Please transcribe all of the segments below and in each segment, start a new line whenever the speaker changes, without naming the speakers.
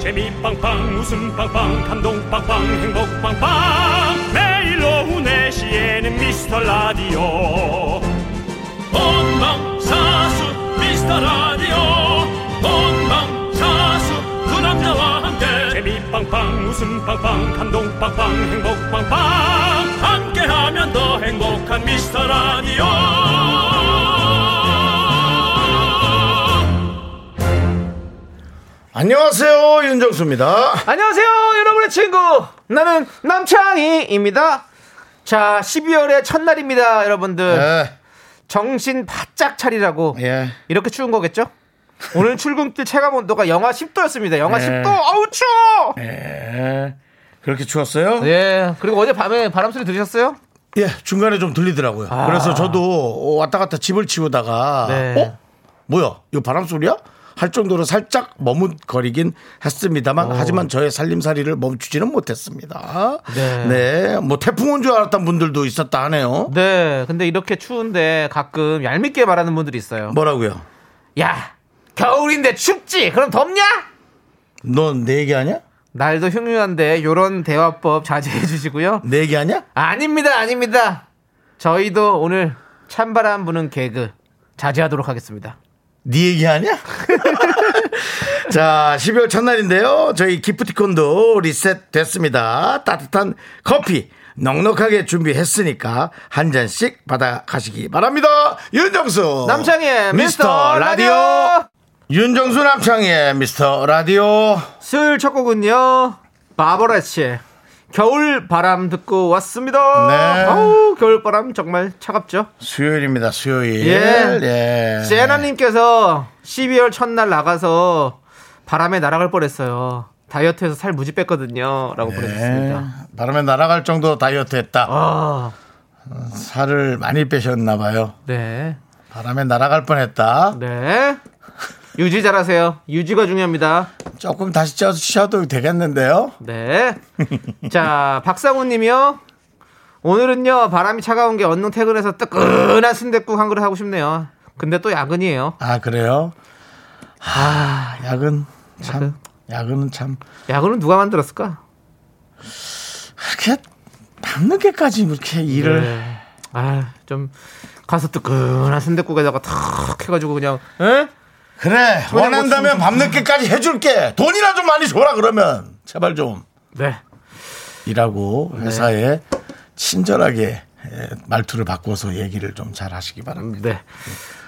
재미 빵빵 웃음 빵빵 감동 빵빵 행복 빵빵 매일 오후 네시에는 미스터 라디오 본방사수 미스터 라디오 본방사수 그 남자와 함께 재미 빵빵 웃음 빵빵 감동 빵빵 행복 빵빵 함께하면 더 행복한 미스터 라디오
안녕하세요 윤정수입니다.
안녕하세요, 여러분의 친구. 나는 남창희입니다. 자, 12월의 첫날입니다, 여러분들.
네,
정신 바짝 차리라고.
예.
이렇게 추운 거겠죠? 오늘 출근길 체감 온도가 영하 10도였습니다. 영하
예.
10도. 어우, 추워! 예.
예. 그렇게 추웠어요? 예.
네, 그리고 어제 밤에 바람 소리 들으셨어요?
중간에 좀 들리더라고요. 그래서 저도 어, 왔다 갔다 집을 치우다가
네.
어? 뭐야? 이거 바람 소리야? 할 정도로 살짝 머뭇거리긴 했습니다만 하지만 저의 살림살이를 멈추지는 못했습니다.
네.
네. 뭐 태풍 온 줄 알았던 분들도 있었다 하네요.
네. 근데 이렇게 추운데 가끔 얄밉게 말하는 분들이 있어요.
뭐라고요?
야, 겨울인데 춥지? 그럼 덥냐?
넌 내 얘기 아니야?
날도 흉흉한데 요런 대화법 자제해 주시고요.
내 얘기 네 아니야?
아닙니다, 아닙니다. 저희도 오늘 찬바람 부는 개그 자제하도록 하겠습니다.
네 얘기 아니야? 자, 12월 첫날인데요. 저희 기프티콘도 리셋됐습니다. 따뜻한 커피 넉넉하게 준비했으니까 한 잔씩 받아 가시기 바랍니다. 윤정수
남창희의 어, 미스터 라디오.
윤정수 남창희의 미스터 라디오
수요일 첫 곡은요, 바버라치의 겨울 바람 듣고 왔습니다.
네.
아우, 겨울 바람 정말 차갑죠?
수요일입니다. 수요일
예.
예.
세나님께서 12월 첫날 나가서 바람에 날아갈 뻔했어요. 다이어트해서 살 무지 뺐거든요. 라고 보내주셨습니다.
예. 바람에 날아갈 정도로 다이어트 했다.
아,
살을 많이 빼셨나 봐요.
네.
바람에 날아갈 뻔했다.
네. 유지 잘하세요. 유지가 중요합니다.
조금 다시 쪄서 쉬어도 되겠는데요.
네. 자, 박상우 님이요. 오늘은요, 바람이 차가운 게 언능 퇴근해서 뜨끈한 순댓국 한 그릇 하고 싶네요. 근데 또 야근이에요.
아 그래요? 아 야근 참 야근은 참
야근은 누가 만들었을까?
그렇게 밤늦게까지 이렇게 일을
네. 아, 좀 가서 뜨끈한 순댓국에다가 탁 해가지고 그냥, 에?
그래 원한다면 뭐 밤늦게까지 해줄게 돈이나 좀 많이 줘라 그러면 제발 좀
네.
일하고 회사에 친절하게 예, 말투를 바꿔서 얘기를 좀 잘 하시기 바랍니다.
네.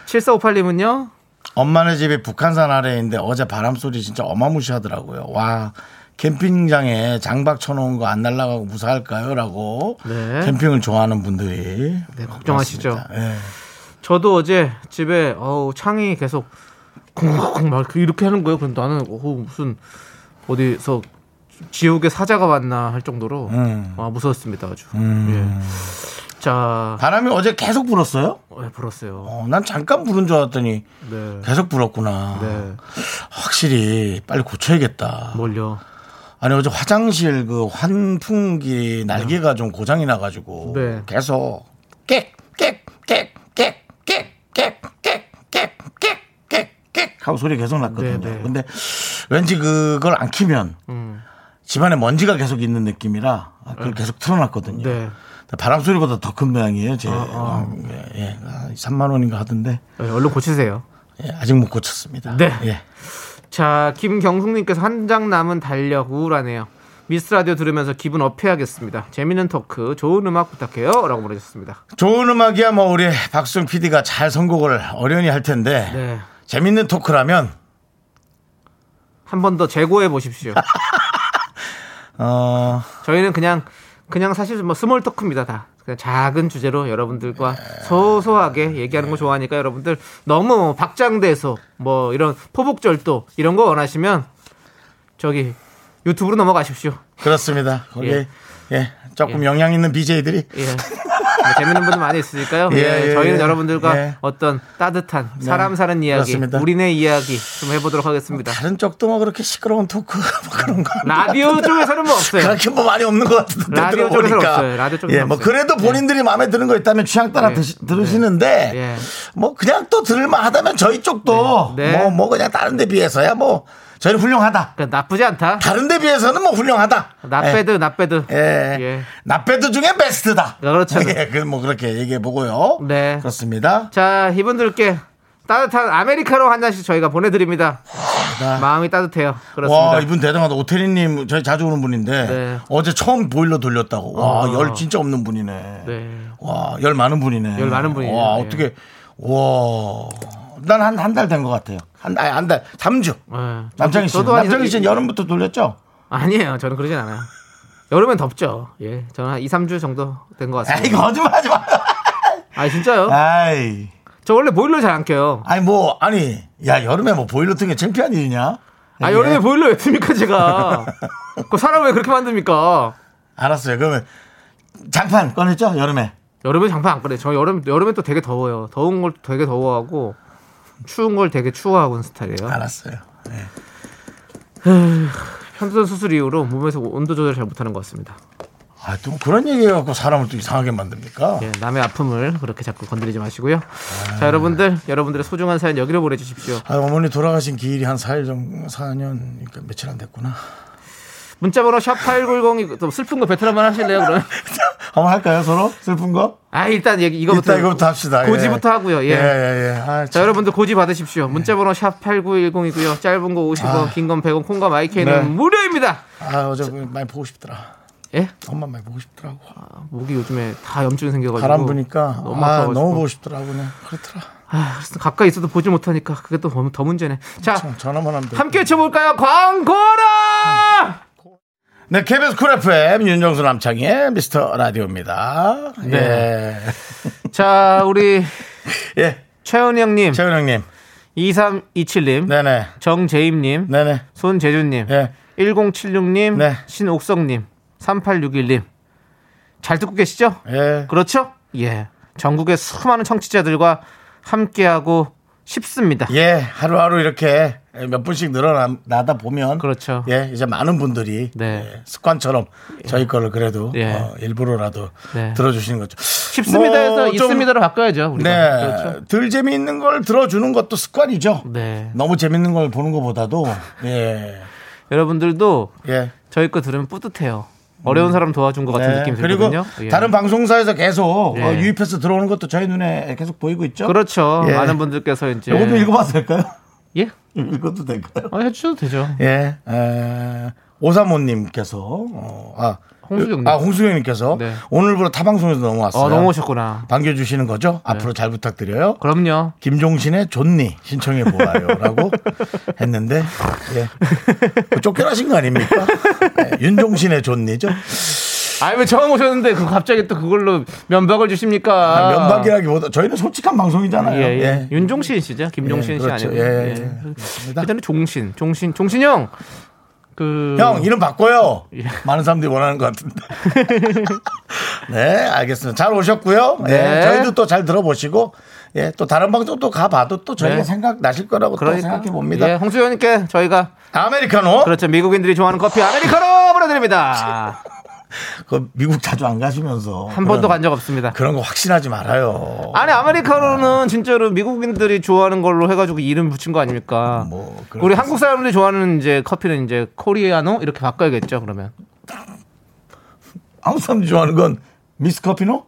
7458님은요,
엄마네 집이 북한산 아래인데 어제 바람 소리 진짜 어마무시하더라고요. 와 캠핑장에 장박 쳐놓은 거 안 날라가고 무사할까요?라고
네.
캠핑을 좋아하는 분들이
네, 걱정하시죠.
그렇습니다. 예.
저도 어제 집에, 어우, 창이 계속 쿵쿵쿵 막 이렇게 하는 거예요. 근데 나는, 어우, 무슨, 어디서 지옥의 사자가 왔나 할 정도로
음.
아, 무서웠습니다 아주. 예. 자,
바람이 어제 계속 불었어요?
예, 불었어요.
어, 난 잠깐 부른 줄 알았더니
네.
계속 불었구나.
네.
확실히 빨리 고쳐야겠다.
뭘요?
아니 어제 화장실 그 환풍기 날개가 좀 고장이 나가지고
네.
계속 깨깨깨깨깨깨깨깨깨깨깨깨깨 하고 소리 가 계속 났거든요.
네, 네.
근데 왠지 그걸 안 키면
음.
집안에 먼지가 계속 있는 느낌이라 그걸 계속 틀어놨거든요.
네. 아,
근데 바람 소리보다 더 큰 모양이에요. 제 예, 예. 아, 3만 원인가 하던데
예, 얼른 고치세요.
예, 아직 못 고쳤습니다.
네.
예.
자, 김경숙님께서 한 장 남은 달력 우울하네요. 미스 라디오 들으면서 기분 업해야겠습니다. 재밌는 토크, 좋은 음악 부탁해요라고 보내셨습니다.
좋은 음악이야 뭐 우리 박수영 PD가 잘 선곡을 어련히 할 텐데
네,
재밌는 토크라면
한 번 더 재고해 보십시오.
어,
저희는 그냥 그냥 사실 뭐 스몰 토크입니다 다. 그냥 작은 주제로 여러분들과 소소하게 얘기하는 거 좋아하니까 여러분들 너무 박장대소 뭐 이런 포복절도 이런 거 원하시면 저기 유튜브로 넘어가십시오.
그렇습니다. 거기 예.
예.
조금 영향 있는 BJ들이
예. 뭐 재밌는 분들 많이 있으니까요.
예,
예,
예,
저희는
예.
여러분들과
예. 네.
어떤 따뜻한 사람 사는 이야기,
그렇습니다.
우리네 이야기 좀 해보도록 하겠습니다.
다른 쪽도 뭐 그렇게 시끄러운 토크 뭐 그런 거
라디오 쪽에서는 뭐 없어요.
그렇게 뭐 많이 없는 것 같은데
음, 라디오 쪽에서는
들어보니까
없어요. 라디오 쪽에서는
예, 뭐
없어요.
그래도 본인들이 마음에 드는 거 있다면 취향 따라
예.
드시, 들으시는데
예.
뭐 그냥 또 들을만 하다면 저희 쪽도
네. 네.
뭐, 뭐 그냥 다른 데 비해서야 뭐 저는 훌륭하다.
그러니까 나쁘지 않다.
다른 데 비해서는 뭐 훌륭하다.
나빼드 나빼드.
예. 예.
예.
나빼드 중에 베스트다.
그렇죠.
예, 그, 뭐, 그렇게 얘기해 보고요.
네.
그렇습니다.
자 이분들께 따뜻한 아메리카노 한 잔씩 저희가 보내드립니다. 마음이 따뜻해요. 그렇습니다.
아. 와, 이분 대단하다. 오태리님, 저희 자주 오는 분인데,
네.
어제 처음 보일러 돌렸다고. 와,
아.
열 진짜 없는 분이네.
네.
와, 열 많은 분이네.
열 많은 분이네요.
와,
예.
어떻게, 와. 난 한, 한 달 된 것 같아요. 한, 아니, 한 달, 3주.
예.
남창희 씨.
저도 한
남창희 씨는 여름부터 돌렸죠?
아니에요. 저는 그러진 않아요. 여름엔 덥죠. 예. 저는 한 2, 3주 정도 된 것
에이,
같습니다.
거짓말 하지 마.
아, 진짜요?
아이.
저 원래 보일러 잘 안 켜요.
아니, 뭐, 아니. 야, 여름에 뭐 보일러 뜬게 창피한 일이냐?
아,
이게.
여름에 보일러 왜 틉니까, 제가? 그 사람 왜 그렇게 만듭니까?
알았어요. 그러면 장판 꺼냈죠? 여름에.
여름에 장판 안 꺼내. 저 여름, 여름에 또 되게 더워요. 더운 걸 되게 더워하고, 추운 걸 되게 추워하고는 스타일이에요.
알았어요. 네.
편도선 수술 이후로 몸에서 온도 조절을 잘 못하는 것 같습니다.
아, 또 그런 얘기 해갖고 사람을 또 이상하게 만듭니까?
예, 남의 아픔을 그렇게 자꾸 건드리지 마시고요. 자, 여러분들, 여러분들의 소중한 사연 여기로 보내주십시오.
아, 어머니 돌아가신 기일이 한 4일 정도, 4년, 그러니까 며칠 안 됐구나.
문자번호 샵8910, 또 슬픈 거 베트남만 하실래요, 그러면?
한번 할까요, 서로? 슬픈 거?
아 일단 얘기 이거부터
이따 이거부터 합시다. 예.
고지부터 하고요. 예.
예, 예, 예. 아,
자
참.
여러분들 고지 받으십시오. 문자번호 샵 #8910이고요. 짧은 거 50원,
아.
긴 건 100원, 콩과 마이크는
네.
무료입니다.
아, 어제 많이 보고 싶더라.
예?
엄마 많이 보고 싶더라고.
목이 요즘에 다 염증 생겨가지고
바람 부니까
아, 너무
아,
아파가지고.
너무 보고 싶더라고. 그냥. 그렇더라.
아, 그래서 가까이 있어도 보지 못하니까 그게 또 더 문제네. 자
참, 전화만 하면 돼.
함께 쳐볼까요? 광고라.
네, KBS 쿨 FM 윤정수 남창희의 미스터 라디오입니다. 네.
자 우리
예. 예.
최은희 형님,
최은 형님.
2327님,
네네.
정재임님,
네네.
손재준님,
예.
1076님,
네.
신옥성님, 3861님. 잘 듣고 계시죠?
예.
그렇죠? 예. 전국의 수많은 청취자들과 함께하고 싶습니다.
예. 하루하루 이렇게 몇 분씩 늘어나다 보면.
그렇죠.
예. 이제 많은 분들이.
네.
예, 습관처럼 저희 거를 그래도.
예.
어, 일부러라도.
네.
들어주시는 거죠.
싶습니다 해서
뭐 좀-
있습니다로 바꿔야죠. 우리가.
네.
그렇죠.
덜 재미있는 걸 들어주는 것도 습관이죠.
네.
너무 재밌는 걸 보는 것보다도. 예.
여러분들도
예.
저희 거 들으면 뿌듯해요. 어려운 사람 도와준 것 같은
네,
느낌이
그리고
들거든요. 예.
다른 방송사에서 계속
예.
어, 유입해서 들어오는 것도 저희 눈에 계속 보이고 있죠.
그렇죠.
예.
많은 분들께서 이제
이것도 읽어봐도 될까요?
예?
읽어도 될까요?
아, 해주셔도 되죠.
예. 에, 오사모님께서 어, 아
홍수경님.
아 홍수경님께서
네.
오늘부로 타방송에서 넘어왔어요.
어, 넘어오셨구나.
반겨주시는 거죠?
네.
앞으로 잘 부탁드려요.
그럼요.
김종신의 존니 신청해 보아요라고 했는데 예. 그 쫓겨나신 거 아닙니까? 예, 윤종신의 존니죠.
아왜 처음 오셨는데 그 갑자기 또 그걸로 면박을 주십니까?
아, 면박이라기보다 저희는 솔직한 방송이잖아요.
예, 예.
예.
윤종신 씨죠. 김종신
예,
씨
그렇죠. 예,
아니고.
예.
일단에 종신, 종신, 종신 형. 그
형 이름 바꿔요.
예.
많은 사람들이 원하는 것 같은데. 네, 알겠습니다. 잘 오셨고요. 예,
네.
저희도 또 잘 들어보시고, 예, 또 다른 방송도 가봐도 또 저희가
네.
생각 나실 거라고 또
그러니까
생각해 봅니다.
예, 홍수 형님께 저희가
아메리카노.
그렇죠 미국인들이 좋아하는 커피 아메리카노 보내드립니다.
그 미국 자주 안 가시면서
한 번도 간 적 없습니다.
그런 거 확신하지 말아요.
아니 아메리카노는 진짜로 미국인들이 좋아하는 걸로 해가지고 이름 붙인 거 아닙니까?
뭐, 그런
우리
거-
한국 사람들이 좋아하는 이제 커피는 이제 코리아노 이렇게 바꿔야겠죠 그러면.
한국 사람들이 좋아하는 건 미스 커피노?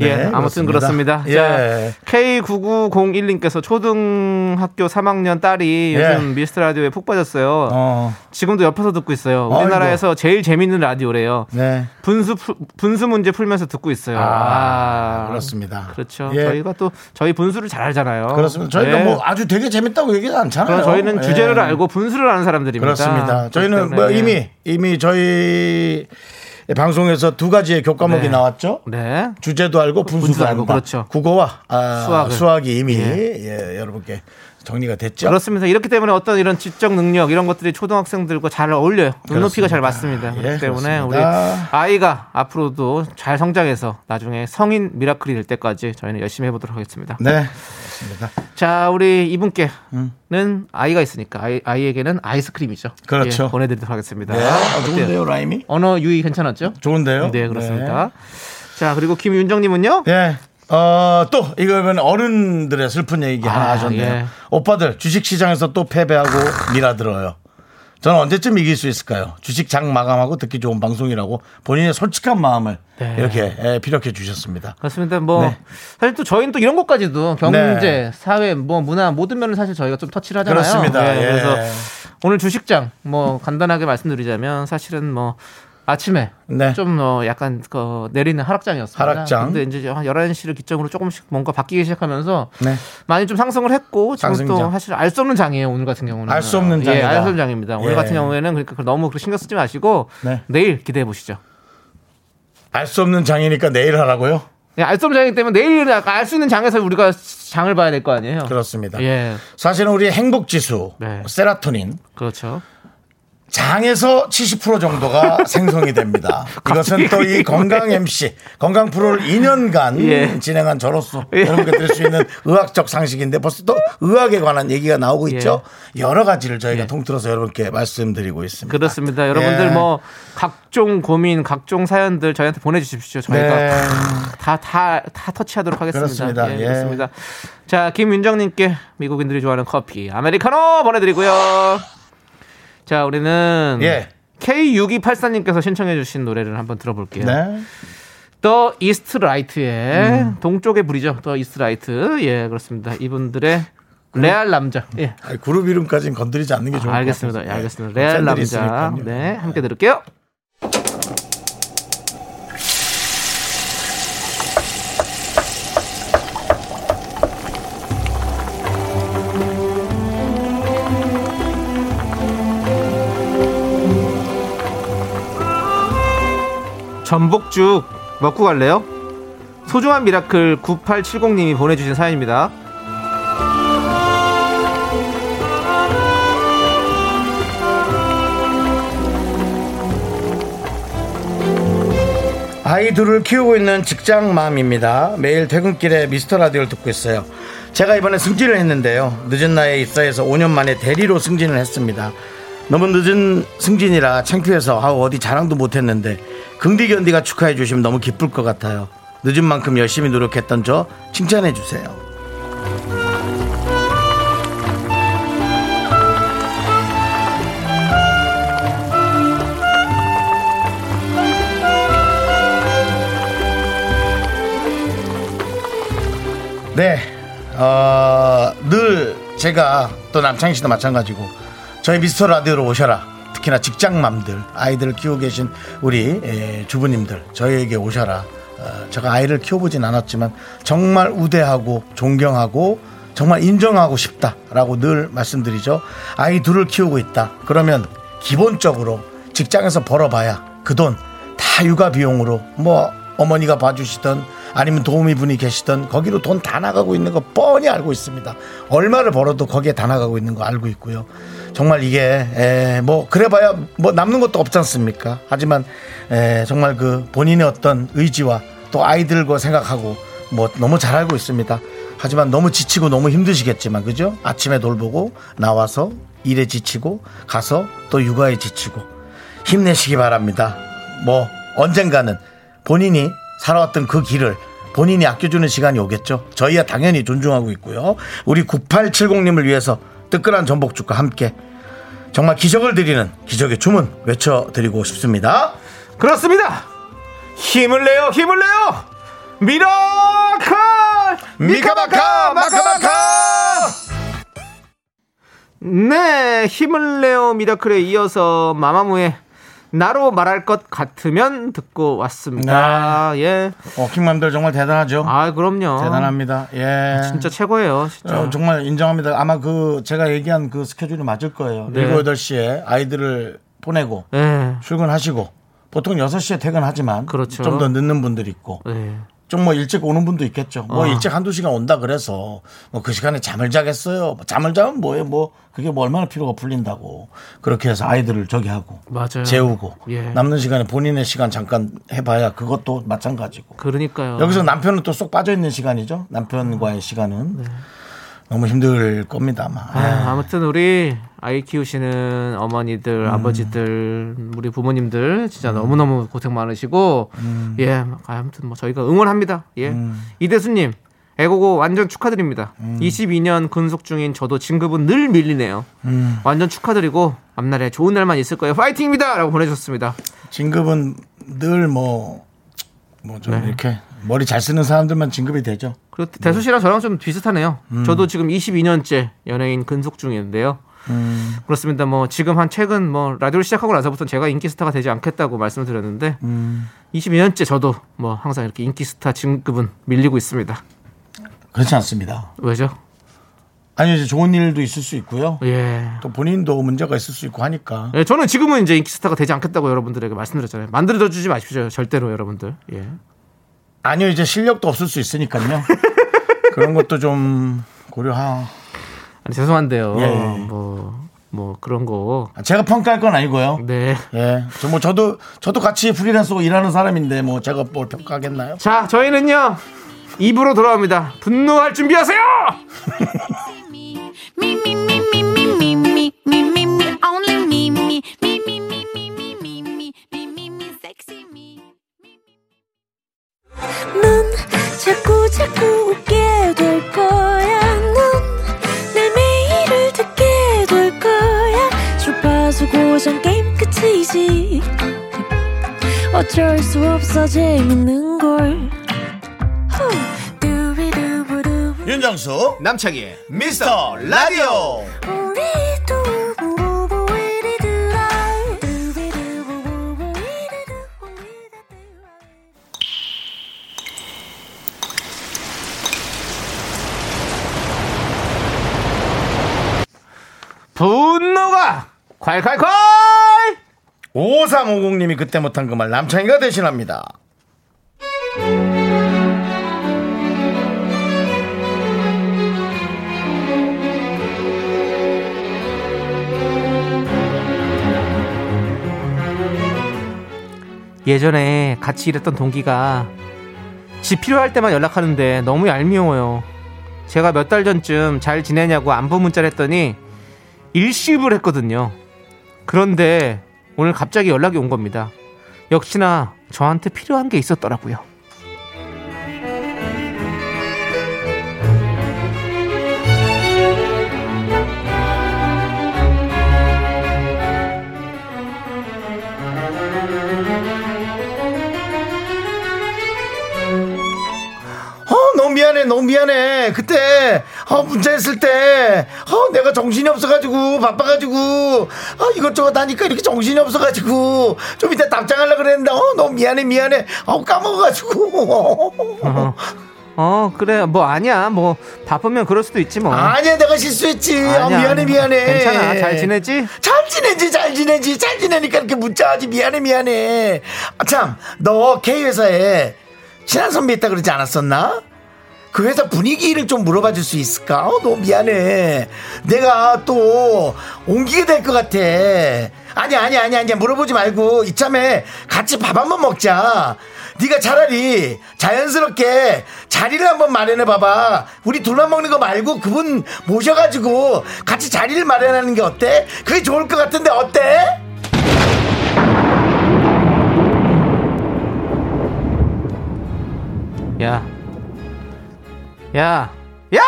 예,
네,
아무튼
그렇습니다.
그렇습니다.
예.
자, K9901님께서 초등학교 3학년 딸이
예.
요즘 미스터 라디오에 푹 빠졌어요.
어,
지금도 옆에서 듣고 있어요. 우리나라에서 제일 재밌는 라디오래요.
네,
분수 풀- 분수 문제 풀면서 듣고 있어요.
아,
아,
그렇습니다.
그렇죠.
예.
저희가 또 저희 분수를 잘 알잖아요.
그렇습니다. 저희가
예.
뭐 아주 되게 재밌다고 얘기는 않잖아요.
그럼 저희는 주제를
예.
알고 분수를 아는 사람들입니다.
그렇습니다. 저희는
그렇기
뭐
때문에
이미 이미 저희 방송에서 두 가지의 교과목이
네.
나왔죠.
네.
주제도 알고 분수도,
분수도
알고
알고, 그렇죠.
국어와 아,
수학을.
수학이 이미 예, 여러분께 정리가 됐죠.
그렇습니다. 이렇기 때문에 어떤 이런 지적 능력 이런 것들이 초등학생들과 잘 어울려요. 눈높이가
그렇습니다.
잘 맞습니다.
예,
그렇기 때문에 우리
그렇습니다.
아이가 앞으로도 잘 성장해서 나중에 성인 미라클이 될 때까지 저희는 열심히 해보도록 하겠습니다.
네.
자, 우리 이분께는 아이가 있으니까 아이, 아이에게는 아이스크림이죠.
음. 그렇죠.
예, 보내드리도록 하겠습니다.
네. 아,
어때요?
좋은데요, 라임이?
언어 유희 괜찮았죠?
좋은데요?
네, 그렇습니다. 자, 그리고 김윤정님은요?
네. 예. 어, 또 이거면 어른들의 슬픈 얘기 하나
아,
하셨네요.
예.
오빠들 주식시장에서 또 패배하고 밀어들어요. 저는 언제쯤 이길 수 있을까요? 주식장 마감하고 듣기 좋은 방송이라고 본인의 솔직한 마음을
네.
이렇게 예, 피력해 주셨습니다.
그렇습니다. 뭐
네.
사실 또 저희는 또 이런 것까지도 경제,
네.
사회, 뭐 문화 모든 면을 사실 저희가 좀 터치를 하잖아요.
그렇습니다. 예.
그래서 오늘 주식장 뭐 간단하게 말씀드리자면 사실은 뭐 아침에
네.
좀 어, 약간 그 내리는 하락장이었습니다.
하락장.
근데 이제 한 11시를 기점으로 조금씩 뭔가 바뀌기 시작하면서
네.
많이 좀 상승을 했고 지금 또
상승장.
사실 알 수 없는 장이에요. 오늘 같은 경우는
알수 없는
예,
장이다.
알 수 없는 장입니다. 오늘
예.
같은 경우에는 그러니까 그걸 너무 그렇게 신경 쓰지 마시고
네.
내일 기대해 보시죠.
알 수 없는 장이니까 내일 하라고요?
네, 알 수 없는 장이기 때문에 내일 알 수 있는 장에서 우리가 장을 봐야 될 거 아니에요.
그렇습니다.
예,
사실은 우리 행복 지수,
네.
세라토닌,
그렇죠.
장에서 70% 정도가 생성이 됩니다. 이것은 또 이 건강 MC, 건강 프로를 2년간
예.
진행한 저로서 여러분께 드릴 수 있는 의학적 상식인데 벌써 또 의학에 관한 얘기가 나오고 있죠. 여러 가지를 저희가
예.
통틀어서 여러분께 말씀드리고 있습니다.
그렇습니다. 여러분들
예.
뭐 각종 고민, 각종 사연들 저희한테 보내주십시오. 저희가
네.
다 다 다 터치하도록 하겠습니다.
그렇습니다. 예.
그렇습니다. 자, 김윤정님께 미국인들이 좋아하는 커피 아메리카노 보내드리고요. 자, 우리는
예.
K6284님께서 신청해주신 노래를 한번 들어볼게요.
네.
더 이스트 라이트의 동쪽의 불이죠. 더 이스트 라이트. 예, 그렇습니다. 이분들의 레알 남자. 예.
아니, 그룹 이름까지는 건드리지 않는 게 좋을 것
알겠습니다. 예,
같아요.
알겠습니다.
네.
레알
팬들이
남자.
있으니까요.
네, 함께 들을게요. 전복죽 먹고 갈래요? 소중한 미라클 9870님이 보내주신 사연입니다.
아이 둘을 키우고 있는 직장맘입니다. 매일 퇴근길에 미스터 라디오를 듣고 있어요. 제가 이번에 승진을 했는데요. 늦은 나이에 입사해서 5년 만에 대리로 승진을 했습니다. 너무 늦은 승진이라 창피해서 아, 어디 자랑도 못했는데 긍디 견디가 축하해 주시면 너무 기쁠 것 같아요. 늦은 만큼 열심히 노력했던 저 칭찬해 주세요. 네, 어, 늘 제가 또 남창희 씨도 마찬가지고 저희 미스터 라디오로 오셔라. 특히나 직장맘들, 아이들을 키우고 계신 우리 에, 주부님들, 저희에게 오셔라. 어, 제가 아이를 키워보진 않았지만 정말 우대하고 존경하고 정말 인정하고 싶다라고 늘 말씀드리죠. 아이 둘을 키우고 있다. 그러면 기본적으로 직장에서 벌어봐야 그 돈 다 육아 비용으로 뭐 어머니가 봐주시던 아니면 도우미 분이 계시던 거기로 돈 다 나가고 있는 거 뻔히 알고 있습니다. 얼마를 벌어도 거기에 다 나가고 있는 거 알고 있고요. 정말 이게 에, 뭐 그래봐야 뭐 남는 것도 없지 않습니까? 하지만 에, 정말 그 본인의 어떤 의지와 또 아이들과 생각하고 뭐 너무 잘 알고 있습니다. 하지만 너무 지치고 너무 힘드시겠지만 그죠? 아침에 돌보고 나와서 일에 지치고 가서 또 육아에 지치고 힘내시기 바랍니다. 뭐 언젠가는 본인이 살아왔던 그 길을 본인이 아껴주는 시간이 오겠죠. 저희야 당연히 존중하고 있고요. 우리 9870님을 위해서 뜨끈한 전복죽과 함께 정말 기적을 드리는 기적의 주문 외쳐드리고 싶습니다.
그렇습니다. 힘을 내요, 힘을 내요. 미라클
미카마카 마카마카
네, 힘을 내요 미라클에 이어서 마마무의 나로 말할 것 같으면 듣고 왔습니다. 예.
어, 킹맘들 정말 대단하죠.
아, 그럼요.
대단합니다. 예.
진짜 최고예요, 진짜.
어, 정말 인정합니다. 아마 그 제가 얘기한 그 스케줄이 맞을 거예요.
네.
7, 8시에 아이들을 보내고
예.
출근하시고 보통 6시에 퇴근하지만
그렇죠.
좀 더 늦는 분들 있고
예.
좀 뭐 일찍 오는 분도 있겠죠. 뭐
어.
일찍 한두 시간 온다 그래서 뭐 그 시간에 잠을 자겠어요. 뭐 잠을 자면 뭐예요? 뭐 그게 뭐 얼마나 피로가 풀린다고 그렇게 해서 아이들을 저기 하고
맞아요.
재우고
예.
남는 시간에 본인의 시간 잠깐 해봐야 그것도 마찬가지고
그러니까요.
여기서 남편은 또 쏙 빠져 있는 시간이죠. 남편과의 시간은 너무 힘들 겁니다 아마.
네. 아유, 아무튼 우리 아이 키우시는 어머니들, 아버지들, 우리 부모님들 진짜 너무너무 고생 많으시고 예, 아무튼 뭐 저희가 응원합니다. 예. 이대수님, 애고고 완전 축하드립니다. 22년 근속 중인 저도 진급은 늘 밀리네요. 완전 축하드리고 앞날에 좋은 날만 있을 거예요. 파이팅입니다라고 보내주셨습니다.
진급은 늘 뭐, 뭐 좀
네.
이렇게 머리 잘 쓰는 사람들만 진급이 되죠.
그리고 대수 씨랑 저랑 좀 비슷하네요. 저도 지금 22년째 연예인 근속 중인데요. 그렇습니다. 뭐 지금 한 최근 뭐 라디오를 시작하고 나서부터 제가 인기 스타가 되지 않겠다고 말씀을 드렸는데 22년째 저도 뭐 항상 이렇게 인기 스타 진급은 밀리고 있습니다.
그렇지 않습니다.
왜죠?
아니, 이제 좋은 일도 있을 수 있고요.
예.
또 본인도 문제가 있을 수 있고 하니까.
예, 저는 지금은 이제 인기 스타가 되지 않겠다고 여러분들에게 말씀드렸잖아요. 만들어 주지 마십시오. 절대로 여러분들. 예.
아니요, 이제 실력도 없을 수 있으니까요. 그런 것도 좀 고려하.
아니 죄송한데요.
예.
뭐 뭐 그런 거.
아, 제가 평가할 건 아니고요.
네.
예. 저 뭐 저도, 저도 같이 프리랜서고 일하는 사람인데 뭐 제가 뭘 평가하겠나요?
자, 저희는요. 입으로 돌아옵니다. 분노할 준비하세요.
me, me, me, me, me, me, me, me, me, me, me, only me, me, me, me, me, me, me, me, me, me, me, me, sexy me.
넌 자꾸 자꾸 웃게 될 거야. 넌내 매일을 듣게 될 거야. 주파수 고정 게임 끝이지. 어쩔 수 없어 재밌는 걸. 후. 두비두부두.
윤정수, 남창희, 미스터 라디오.
우리 두부부부 우리 두라. 두비두부부부 우리 두부 우리 두라.
분노가 콸콸콸
5350님이 그때 못한 그 말 남창희가 대신합니다.
예전에 같이 일했던 동기가 지 필요할 때만 연락하는데 너무 얄미워요 제가 몇 달 전쯤 잘 지내냐고 안부 문자를 했더니 일시불 했거든요 그런데 오늘 갑자기 연락이 온 겁니다 역시나 저한테 필요한 게 있었더라고요
어, 너무 미안해, 너무 미안해. 그때, 어, 문자했을 때, 어, 내가 정신이 없어가지고, 바빠가지고, 아, 이것저것 하니까 이렇게 정신이 없어가지고, 좀 이따 답장하려고 그랬는데, 어, 너무 미안해, 미안해. 어, 까먹어가지고.
어, 어, 그래 뭐 아니야 뭐 바쁘면 그럴 수도 있지 뭐
아니야, 내가 실수했지. 어,
아니야,
미안해, 미안해.
괜찮아 잘 지내지?
잘 지내지, 잘 지내지. 잘 지내니까 이렇게 문자하지. 미안해, 미안해. 아, 참, 너 K회사에 친한 선배 있다 그러지 않았었나? 그 회사 분위기를 좀 물어봐 줄 수 있을까? 어, 너무 미안해. 내가 또 옮기게 될 것 같아. 아니, 아니, 아니, 아니. 물어보지 말고 이참에 같이 밥 한번 먹자. 네가 차라리 자연스럽게 자리를 한번 마련해 봐봐. 우리 둘만 먹는 거 말고 그분 모셔가지고 같이 자리를 마련하는 게 어때? 그게 좋을 것 같은데 어때?
야, 야, 야!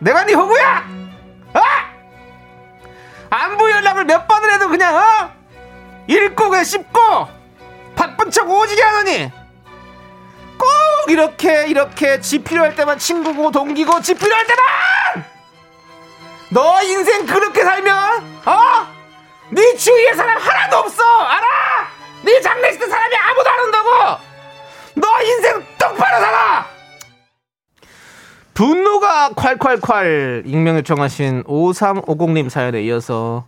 내가 네 호구야! 어? 안부 연락을 몇 번을 해도 그냥 어? 읽고 그냥 씹고 바쁜 척 오지게 하더니 꼭 이렇게 이렇게 지 필요할 때만 친구고 동기고 지 필요할 때만 너 인생 그렇게 살면 어? 네 주위에 사람 하나도 없어 알아? 네 장례식 때 사람이 아무도 안 온다고 너 인생 똑바로 살아! 분노가 콸콸콸 익명 요청하신 5350님 사연에 이어서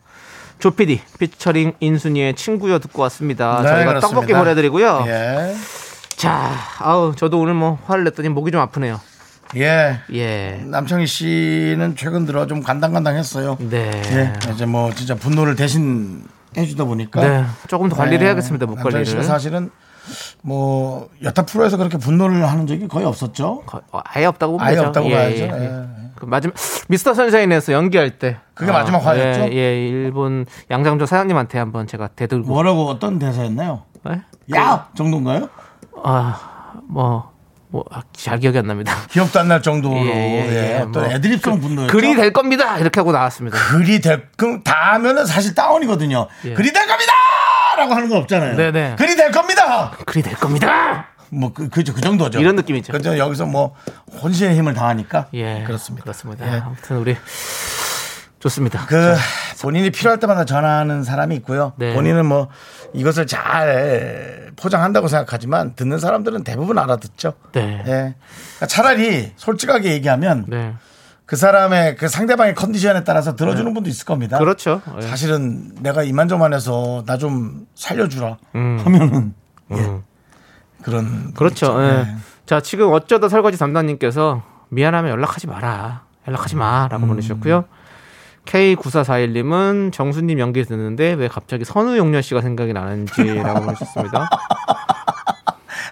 조피디 피처링 인순이의 친구여 듣고 왔습니다. 저희가 떡볶이 보내드리고요.
예.
자, 아우 저도 오늘 뭐 화를 냈더니 목이 좀 아프네요.
예.
예,
남창희 씨는 최근 들어 좀 간당간당했어요.
네,
예, 이제 뭐 진짜 분노를 대신 해주다 보니까
네, 조금 더 관리를
네,
해야겠습니다. 목
남창희
관리를.
씨가 사실은 뭐 여타 프로에서 그렇게 분노를 하는 적이 거의 없었죠.
거- 어, 아예 없다고 보면
아예
되죠.
없다고
예,
봐야죠.
예,
예,
예.
예.
그 마지막 미스터 선샤인에서 연기할 때
그게 마지막 화였죠?
예, 예, 일본 양장조 사장님한테 한번 제가 대들고
뭐라고 어떤 대사였나요?
예?
야 정도인가요?
아, 뭐, 뭐, 아, 잘 기억이 안 납니다.
기억도 안 날 정도로
예, 예, 예.
예, 어떤
뭐
애드립성 분노였죠.
글이 될 겁니다! 이렇게 하고 나왔습니다.
글이 될, 그럼 다 하면은 사실 다운이거든요.
예.
글이 될 겁니다! 라고 하는 거 없잖아요.
네네.
글이 될 겁니다!
글이 될 겁니다!
뭐, 그, 그, 그 정도죠.
이런 느낌이죠.
그죠. 여기서 뭐, 혼신의 힘을 다하니까.
예.
그렇습니다.
그렇습니다.
예.
아무튼 우리, 좋습니다.
그, 본인이 필요할 때마다 전화하는 사람이 있고요.
네.
본인은 뭐, 이것을 잘 포장한다고 생각하지만, 듣는 사람들은 대부분 알아듣죠.
네.
예. 그러니까 차라리 솔직하게 얘기하면,
네.
그 사람의 그 상대방의 컨디션에 따라서 들어주는 분도 있을 겁니다.
그렇죠. 예.
사실은 내가 이만저만해서 나 좀 살려주라
음.
하면은 예. 그런
그렇죠. 예. 자, 지금 어쩌다 설거지 담당님께서 미안하면 연락하지 마라. 연락하지 마. 라고 보내주셨고요. K9441님은 정수님 연기 듣는데 왜 갑자기 선우용렬 씨가 생각이 나는지라고 보내주셨습니다.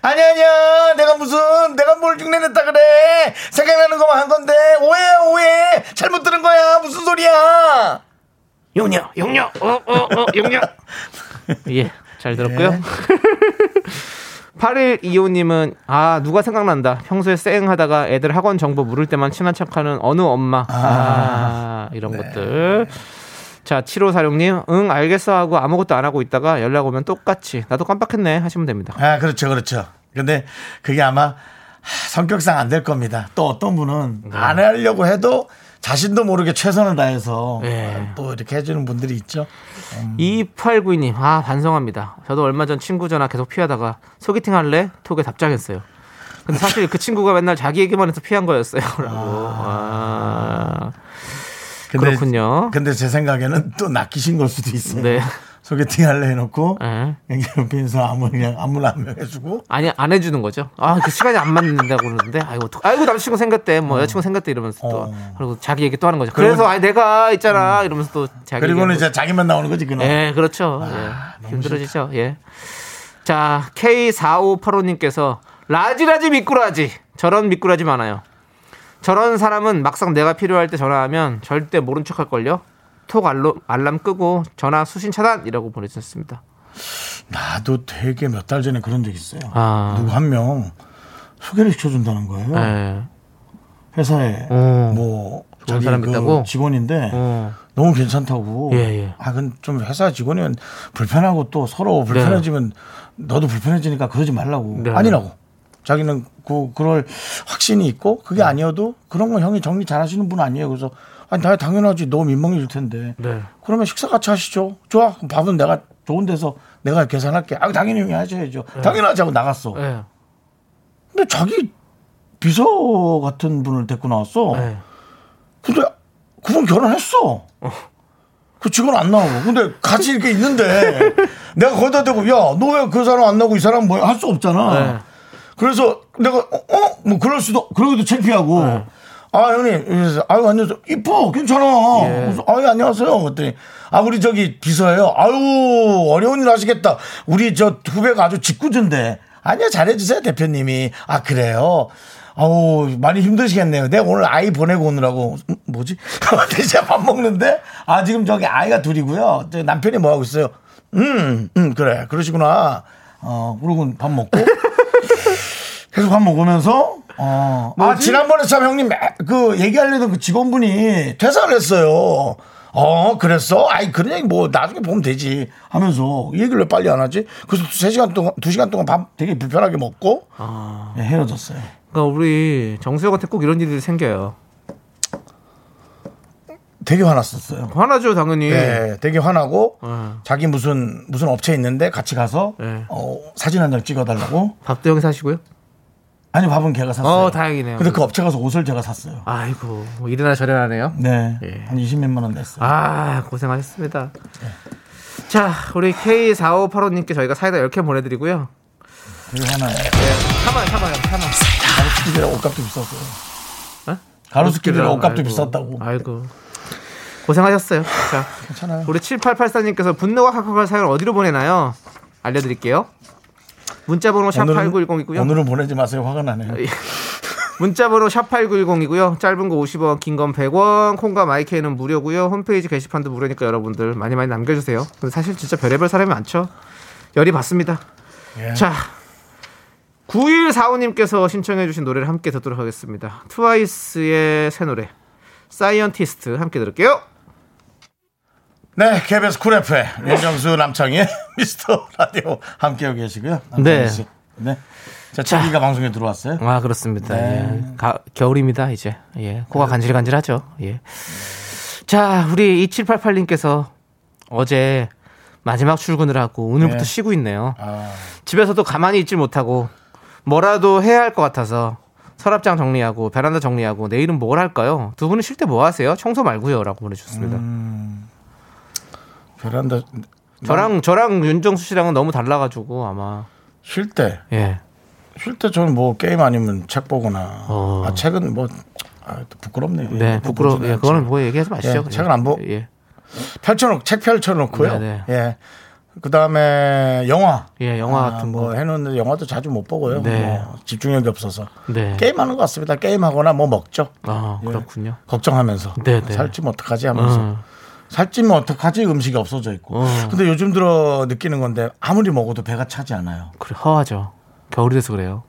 아니 아니야 내가 무슨 내가 뭘 흉내냈다 그래 생각나는 것만 한 건데 오해야 오해 잘못 들은 거야 무슨 소리야
용녀, 용녀, 어, 어, 어, 용녀. 예, 잘 들었고요.
예.
8125님은 아 누가 생각난다 평소에 쌩 하다가 애들 학원 정보 물을 때만 친한 척하는 어느 엄마 아, 이런 것들 자 7546님 응 알겠어 하고 아무것도 안 하고 있다가 연락 오면 똑같이 나도 깜빡했네 하시면 됩니다
아 그렇죠 그렇죠 근데 그게 아마 하, 성격상 안 될 겁니다 또 어떤 분은
네.
안 하려고 해도 자신도 모르게 최선을 다해서
예.
또 이렇게 해주는 분들이 있죠
2892님 아 반성합니다 저도 얼마 전 친구 전화 계속 피하다가 소개팅 할래 톡에 답장했어요 근데 사실 그 친구가 맨날 자기 얘기만 해서 피한 거였어요 라고 아. 그렇군요.
근데 제 생각에는 또 낚이신 걸 수도 있어요.
네.
소개팅 할래 해놓고
예.
그냥 옆에 있는 사람 아무 그냥 아무나 한명 해주고
아니 안 해주는 거죠. 아 그 시간이 안 맞는다고 그러는데 아이고 어떡- 아이고 남친구 생겼대 뭐 여자친구 생겼대 이러면서 또
어.
그리고 자기 얘기 또 하는 거죠.
그리고- 음.
그래서 아 내가 있잖아 이러면서 또 자기
그리고는
얘기하는
이제 자기만 나오는 거지
거죠.
그날.
예 그렇죠. 예. 힘들어지죠. 예. 자 K4585님께서 라지라지 미꾸라지 저런 미꾸라지 많아요. 저런 사람은 막상 내가 필요할 때 전화하면 절대 모른 척할 걸요. 톡 알로, 알람 끄고 전화 수신 차단이라고 보내주셨습니다.
나도 되게 몇 달 전에 그런 적 있어요.
아.
누구 한 명 소개를 시켜준다는 거예요.
예.
회사에
어.
뭐
좋은
자기
사람
그
있다고?
직원인데
어.
너무 괜찮다고.
예, 예.
아, 근데 좀 회사 직원이면 불편하고 또 서로 불편해지면 너도 불편해지니까 그러지 말라고.
네.
아니라고. 자기는 그, 그럴 확신이 있고 그게
네.
아니어도 그런 건 형이 정리 잘 하시는 분 아니에요. 그래서 아니, 나 당연하지. 너무 민망해질 텐데.
네.
그러면 식사 같이 하시죠. 좋아. 그럼 밥은 내가 좋은 데서 내가 계산할게. 아, 당연히 형이 하셔야죠. 당연하지 하고 나갔어.
예.
근데 자기 비서 같은 분을 데리고 나왔어.
예.
근데 그분 결혼했어. 그 직원 안 나오고. 근데 같이 이렇게 있는데 내가 거기다 대고 야, 너 왜 그 사람 안 나오고 이 사람 뭐야? 할 수 없잖아.
네.
그래서 내가 어, 어? 뭐 그럴 수도 그러기도 창피하고. 아, 형님. 이래서 아유, 안녕하세요. 이뻐. 괜찮아. 그래서 아유, 안녕하세요. 그랬더니 아, 우리 저기 비서예요. 아유, 어려운 일 하시겠다. 우리 저 후배가 아주 직구준데. 아니요, 잘해주세요, 대표님이. 아, 그래요? 아우, 많이 힘드시겠네요. 내가 오늘 아이 보내고 오느라고. 음, 뭐지? 대체 밥 먹는데? 아, 지금 저기 아이가 둘이고요. 저 남편이 뭐하고 있어요? 음, 음, 그래. 그러시구나. 어, 그러고 밥 먹고. 계속 밥 먹으면서 어. 아 지난번에 참 형님 매- 그 얘기하려던 그 직원분이 퇴사를 했어요. 어 그랬어? 아이 그런 얘기 뭐 나중에 보면 되지 하면서 얘기를 왜 빨리 안 하지? 그래서 세 시간 동안 두 시간 동안 밥 되게 불편하게 먹고
아.
예, 헤어졌어요.
그러니까 우리 정수혁한테 꼭 이런 일들이 생겨요.
되게 화났었어요.
그 화나죠 당연히.
예, 되게 화나고
어.
자기 무슨 무슨 업체 있는데 같이 가서
네.
어, 사진 한 장 찍어달라고
밥도 형이 사시고요.
아니 밥은 걔가 샀어요.
어, 다행이네요.
근데 그 업체 가서 옷을 제가 샀어요.
아이고 뭐 이래나 저래나네요.
네,
예.
한 20몇만 원 냈어요.
아 고생하셨습니다. 자 우리 K4585님께 저희가 사이다 10개 보내드리고요.
그리고 하나에
참아요 참아요 참아.
가로수길이랑 옷값도 비쌌어요. 가로수길이랑 옷값도
그렇죠. 아이고,
비쌌다고.
아이고 고생하셨어요. 자
괜찮아요.
우리 7884님께서 분노가 칼칼한 사연 어디로 보내나요? 알려드릴게요. 문자번호 샵 8910이고요.
오늘은 보내지 마세요. 화가 나네요.
문자번호 샵 8910이고요. 짧은 거 50원, 긴 건 100원, 콩과 마이크는 무료고요. 홈페이지 게시판도 무료니까 여러분들 많이 많이 남겨주세요. 근데 사실 진짜 별의별 사람이 많죠. 열이 받습니다.
예.
자, 9145님께서 신청해주신 노래를 함께 듣도록 하겠습니다. 트와이스의 새 노래, 사이언티스트 함께 들을게요.
네, KBS 쿨 FM 윤정수 남창희 미스터 라디오 함께하고 계시고요. 남창희
네.
씨. 네. 자, 자기가 방송에 들어왔어요.
아 그렇습니다.
네.
예. 가- 겨울입니다 이제. 예. 코가 간질간질하죠. 예. 자 우리 2788님께서 어제 마지막 출근을 하고 오늘부터
네.
쉬고 있네요.
아,
집에서도 가만히 있질 못하고 뭐라도 해야 할 것 같아서 서랍장 정리하고 베란다 정리하고 내일은 뭘 할까요? 두 분은 쉴 때 뭐 하세요? 청소 말고요라고 보내주셨습니다.
음, 베란다
저랑 저랑 윤정수 씨랑은 너무 달라가지고 아마
쉴 때,
예.
쉴 때 저는 뭐 게임 아니면 책 보거나,
어.
아, 책은 뭐, 아, 또 부끄럽네요.
네, 부끄러. 예, 그거는 뭐 얘기하지 마시죠.
예,
그냥.
책은 안 보-
예,
펼쳐놓고, 책 펼쳐놓고요.
네,
예. 그 다음에 영화.
예, 영화 같은
뭐 해놓는데 영화도 자주 못 보고요.
네.
뭐 집중력이 없어서.
네.
게임하는 것 같습니다. 게임하거나 뭐 먹죠.
아
예.
그렇군요.
걱정하면서
네, 네.
살찌면 어떡하지 하면서
어.
살찌면 어떡하지 음식이 없어져 있고
어.
근데 요즘 들어 느끼는 건데 아무리 먹어도 배가 차지 않아요
그래 허하죠. 겨울이 돼서 그래요.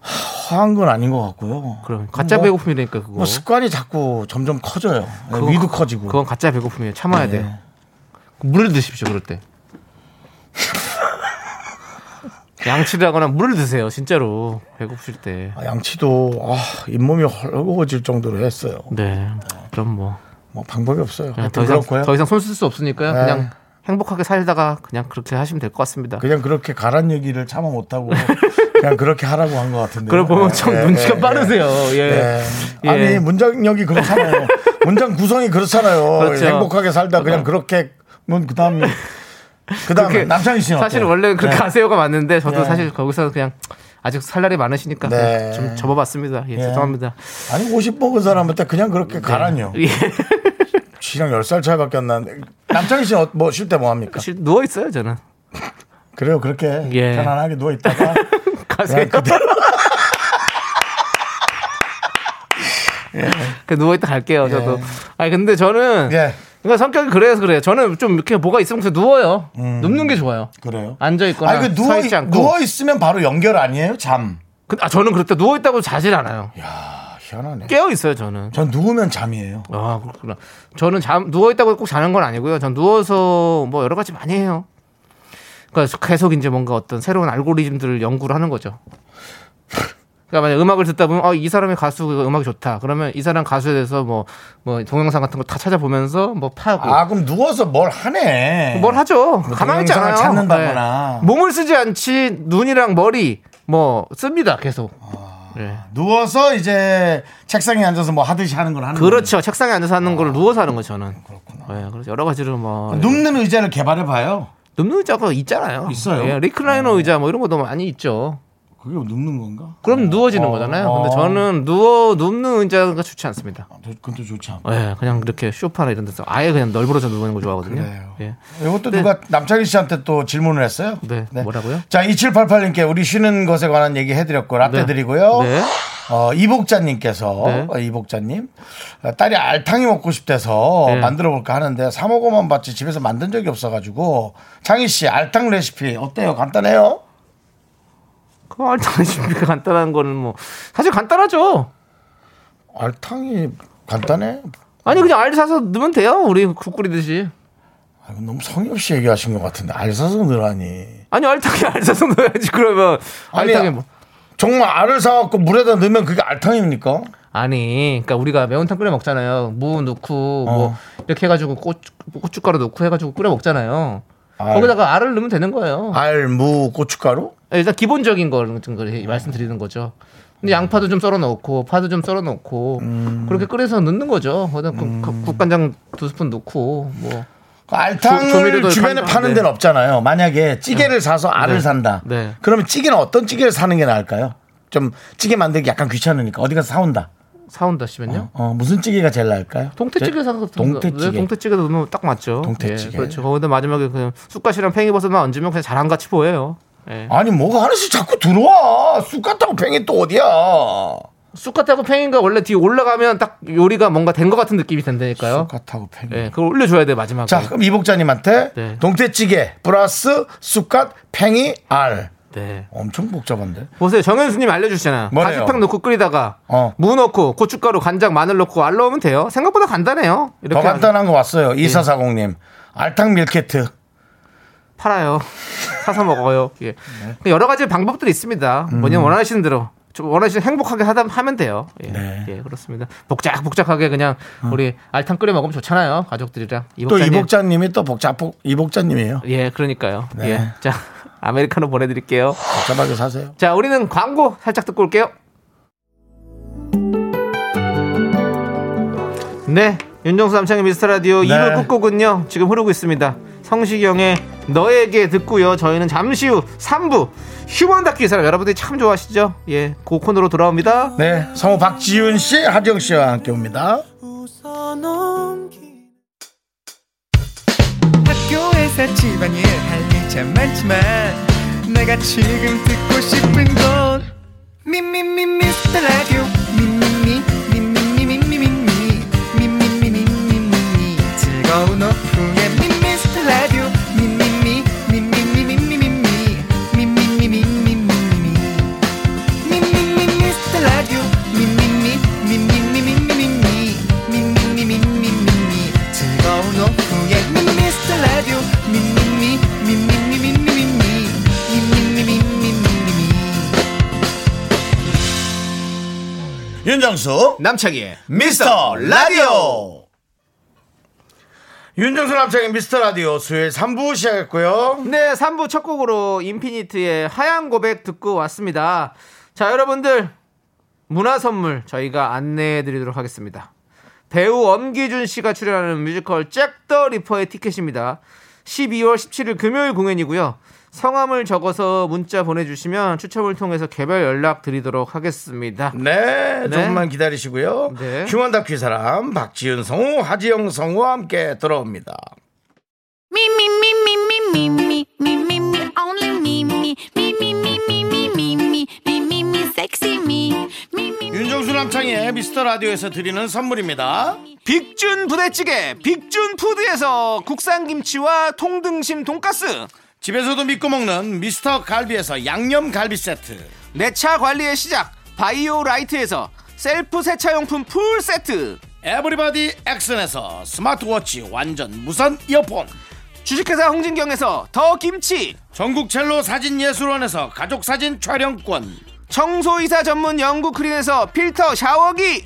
허한 건 아닌 것 같고요
그럼 가짜
뭐,
배고픔이니까 그거.
뭐 습관이 자꾸 점점 커져요 예,
그거-
위도 커지고
그건 가짜 배고픔이에요. 참아야
네.
돼요. 물을 드십시오 그럴 때. 양치를 하거나 물을 드세요 진짜로 배고프실 때.
아, 양치도 아, 잇몸이 헐거워질 정도로 했어요
네. 그럼 뭐.
뭐 방법이 없어요
그냥
하여튼
아, 더 이상
그렇고요
더 이상 손 쓸 수 없으니까요.
네.
그냥 행복하게 살다가 그냥 그렇게 하시면 될 것 같습니다.
그냥 그렇게 가란 얘기를 참아 못하고 그냥 그렇게 하라고 한 것 같은데
그럼 보면 참
네.
눈치가 빠르세요. 예.
예.
예.
아니 문장력이 그렇잖아요. 문장 구성이 그렇잖아요.
그렇죠.
행복하게 살다 그냥 그렇게 면 그다음 그다음
그렇게
남창희 씨는
사실
어때요?
원래 그렇게 가세요가 맞는데 저도
네.
사실 거기서 그냥 아직 살 날이 많으시니까
네.
좀 접어봤습니다. 예,
예.
죄송합니다.
아니 50 먹은 사람한테 그냥 그렇게 가라뇨.
예.
씨랑 10살 차이밖에 안 나는데 남창희 씨는 뭐 쉴 때 뭐 합니까?
사실 누워 있어요 저는.
그래요 그렇게
예.
편안하게 누워 있다가
가세요. 그 누워 있다 갈게요. 저도.
네.
아니 근데 저는
예.
그러니까 성격이 그래서 그래요. 저는 좀 이렇게 뭐가 있으면 그냥 누워요. 눕는 게 좋아요.
그래요.
앉아 있거나
음. 아니 그 누워
서 있지 않고.
누워 있으면 바로 연결 아니에요 잠.
그- 아 저는 그럴 때 누워 있다고 자질 않아요.
아 희한하네.
깨어 있어요 저는.
전 누우면 잠이에요.
아 그렇구나. 저는 잠 누워 있다고 꼭 자는 건 아니고요. 전 누워서 뭐 여러 가지 많이 해요. 그러니까 계속 이제 뭔가 어떤 새로운 알고리즘들을 연구를 하는 거죠. 그러니까 만약 음악을 듣다 보면 어, 이 사람의 가수 음악이 좋다. 그러면 이 사람 가수에 대해서 뭐 뭐 동영상 같은 거 다 찾아보면서 뭐 파고
아 그럼 누워서 뭘 하네.
뭘 하죠.
뭐
가만히 있지
동영상을
않아요.
찾는다거나.
네. 몸을 쓰지 않지 눈이랑 머리 뭐 씁니다. 계속.
아.
네.
누워서 이제 책상에 앉아서 뭐 하듯이 하는 걸 하는
그렇죠. 책상에 앉아서 하는 걸 누워서 하는 거 저는. 그렇구나. 예, 그래서 여러 가지로 뭐
거예요. 눕는 의자를 개발해 봐요.
눕는 의자가 있잖아요.
있어요. 음.
예, 리클라이너 의자 뭐 이런 것도 많이 있죠.
그게 눕는 건가?
그럼 누워지는
어,
거잖아요.
어.
근데 저는 누워 눕는 의자가 좋지 않습니다.
아, 도- 그건 또 좋지 않고.
예, 그냥 이렇게 쇼파나 이런 데서 아예 그냥 널브러져 누우는 거 좋아하거든요.
그래요.
예.
이것도 누가 남창희 씨한테 또 질문을 했어요.
네, 뭐라고요?
자, 2788님께 우리 쉬는 것에 관한 얘기 해드렸고 라떼
네.
드리고요.
네.
어, 이복자님께서
네.
어, 이복자님 어, 딸이 알탕이 먹고 싶대서
네.
만들어 볼까 하는데 사 먹어만 봤지 집에서 만든 적이 없어가지고 창희 씨 알탕 레시피 어때요? 간단해요?
그 알탕 준비가 간단한 거는 뭐 사실 간단하죠.
알탕이 간단해?
아니 그냥 알 사서 넣으면 돼요. 우리 국 끓이듯이.
아, 이거 너무 성의 없이 얘기하신 것 같은데 알 사서 넣으라니.
아니 알탕에 알 사서 넣어야지 그러면
아니,
알탕에 뭐
정말 알을 사갖고 물에다 넣으면 그게 알탕입니까?
아니, 그러니까 우리가 매운탕 끓여 먹잖아요. 무 넣고
어.
뭐 이렇게 해가지고 고추, 고춧가루 넣고 해가지고 끓여 먹잖아요.
알.
거기다가 알을 넣으면 되는 거예요.
알, 무, 고춧가루?
일단 기본적인 걸 같은 걸
음.
말씀드리는 거죠. 근데 양파도 좀 썰어 넣고 파도 좀 썰어 넣고
음.
그렇게 끓여서 넣는 거죠. 거기다 국- 국간장 두 스푼 넣고 뭐
그 알탕을
조- 조미료도
주변에
간-
파는
네.
데는 없잖아요. 만약에 찌개를 사서 알을
네.
산다.
네.
그러면 찌개는 어떤 찌개를 사는 게 나을까요? 좀 찌개 만들기 약간 귀찮으니까 어디 가서 사온다.
사온다 시면요.
어, 무슨 찌개가 제일 나을까요? 네.
동태찌개
제-
사서 네,
동태찌개.
동태찌개 넣으면 딱 맞죠. 그
동태찌개.
예, 그렇죠. 거기다 마지막에 그냥 쑥갓이랑 팽이버섯만 얹으면 그냥 자랑 같이 보여요. 예.
아니 뭐가 하나씩 자꾸 들어와. 쑥 같다고 팽이 또 어디야?
쑥 같다고 팽이가 원래 뒤에 올라가면 딱 요리가 뭔가 된 것 같은 느낌이 된다니까요.
쑥 같다고 팽이.
예, 그걸 올려줘야 돼 마지막에.
자 그럼 이복자님한테
네.
동태찌개 플러스 쑥갓 팽이 알.
네.
엄청 복잡한데.
보세요. 정현수님 알려주시잖아요.
뭐래요?
가지탕 넣고 끓이다가
어.
무 넣고 고춧가루, 간장, 마늘 넣고 알 넣으면 돼요. 생각보다 간단해요. 이렇게
더
네.
간단한 거 왔어요. 이사사공님 알탕 밀키트.
팔아요. 사서 먹어요. 예.
네.
근데 여러 가지 방법들이 있습니다.
음.
뭐냐면 원하시는 대로 좀 원하시는 행복하게 하다 하면 돼요. 예,
네. 음.
예, 그렇습니다. 복작 복작하게 그냥 우리 알탕 끓여 먹으면 좋잖아요. 가족들이랑
또
이복자님.
이복자님이 또 복잡 이복자님이에요.
예, 그러니까요.
네.
예, 자 아메리카노 보내드릴게요.
복잡하게 사세요.
자, 우리는 광고 살짝 듣고 올게요. 네, 윤정수 남창의 미스터 라디오
네.
2부 끝곡은요. 지금 흐르고 있습니다. 성시경의 너에게 듣고요. 저희는 잠시 후 3부 휴먼 다큐 이 사람 여러분들이 참 좋아하시죠? 예, 그 코너로 돌아옵니다.
네, 성우 박지윤 씨, 하정 씨와 함께 옵니다.
학교에서 집안일 할 일 참 많지만 내가 지금 듣고 싶은 건 미미미 미스터 라디오 미미미 미미미 미미미 미미미 미미미 미미미 즐거운 오후에 미미스터 라디오 미미미 미미미 미미미 미미미 미미미 미미미
윤정수
남창희의
미스터 라디오. 윤정수 남창의 미스터 라디오 수요일 3부 시작했고요.
네, 3부 첫 곡으로 인피니트의 하얀 고백 듣고 왔습니다. 자, 여러분들 문화 선물 저희가 안내해 드리도록 하겠습니다. 배우 엄기준 씨가 출연하는 뮤지컬 잭 더 리퍼의 티켓입니다. 12월 17일 금요일 공연이고요. 성함을 적어서 문자 보내주시면 추첨을 통해서 개별 연락 드리도록 하겠습니다.
네,
네.
조금만 기다리시고요.
네.
휴먼 다큐 이 사람 박지윤 성우, 하지영 성우와 함께 돌아옵니다.
Me me me me me me me me me me only me me me me me me me me me me me me sexy me me me
윤정수 남창의 미스터 라디오에서 드리는 선물입니다.
빅준 부대찌개 빅준 푸드에서 국산 김치와 통등심 돈가스
집에서도 믿고 먹는 미스터 갈비에서 양념 갈비 세트.
내 차 관리의 시작 바이오 라이트에서 셀프 세차용품 풀 세트
에브리바디 액션에서 스마트워치 완전 무선 이어폰.
주식회사 홍진경에서 더 김치
전국 첼로 사진 예술원에서 가족 사진 촬영권.
청소이사 전문 영국 크린에서 필터 샤워기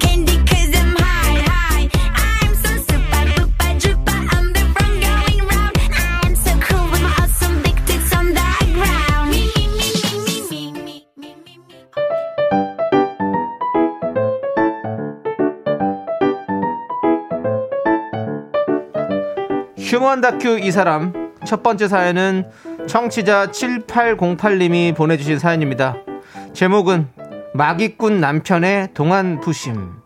candy cause I'm high high I'm so super duper duper I'm the one going round I'm so cool with my awesome big tits on the ground me me me me me me me me me
휴먼 다큐 이 사람 첫 번째 사연은 청취자 7808님이 보내주신 사연입니다 제목은 마기꾼 남편의 동안 부심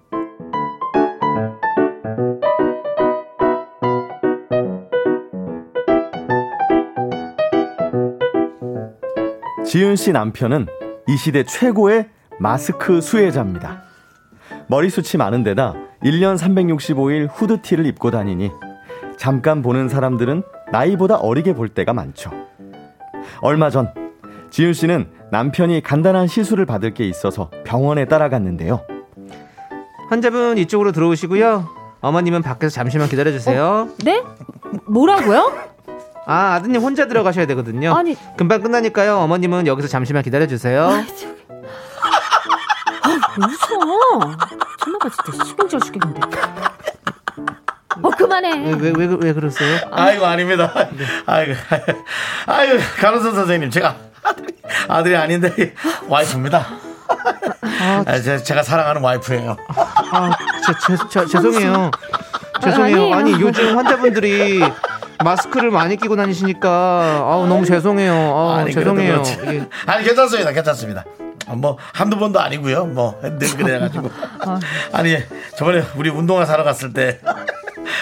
지윤 씨 남편은 이 시대 최고의 마스크 수혜자입니다. 머리숱이 많은 데다 1년 365일 후드티를 입고 다니니 잠깐 보는 사람들은 나이보다 어리게 볼 때가 많죠. 얼마 전 지윤 씨는 남편이 간단한 시술을 받을 게 있어서 병원에 따라갔는데요.
환자분 이쪽으로 들어오시고요. 어머님은 밖에서 잠시만 기다려주세요.
네? 뭐라고요?
아, 아드님 혼자 들어가셔야 되거든요.
아니. 아,
금방 끝나니까요. 어머님은 여기서 잠시만 기다려주세요.
웃어. 전화가 진짜 신경질 죽겠는데. 어,
왜,
그만해.
왜, 왜, 왜 그러세요?
아이고 아닙니다. 아이고 아이고 간호사 선생님 제가 아들이, 아들이 아닌데 와이프입니다. 아, 제, 제가 사랑하는 와이프예요.
아, 제, 제, 제, 죄송해요. 죄송해요.
아니에요.
아니, 요즘 환자분들이 마스크를 많이 끼고 다니시니까 아우 너무 죄송해요. 아우
그래도
죄송해요. 예,
그렇지.
이게
예.
아니 괜찮습니다. 괜찮습니다. 어, 뭐 한두 번도 아니고요. 뭐 늘 그래가지고 아니 저번에 우리 운동화 사러 갔을 때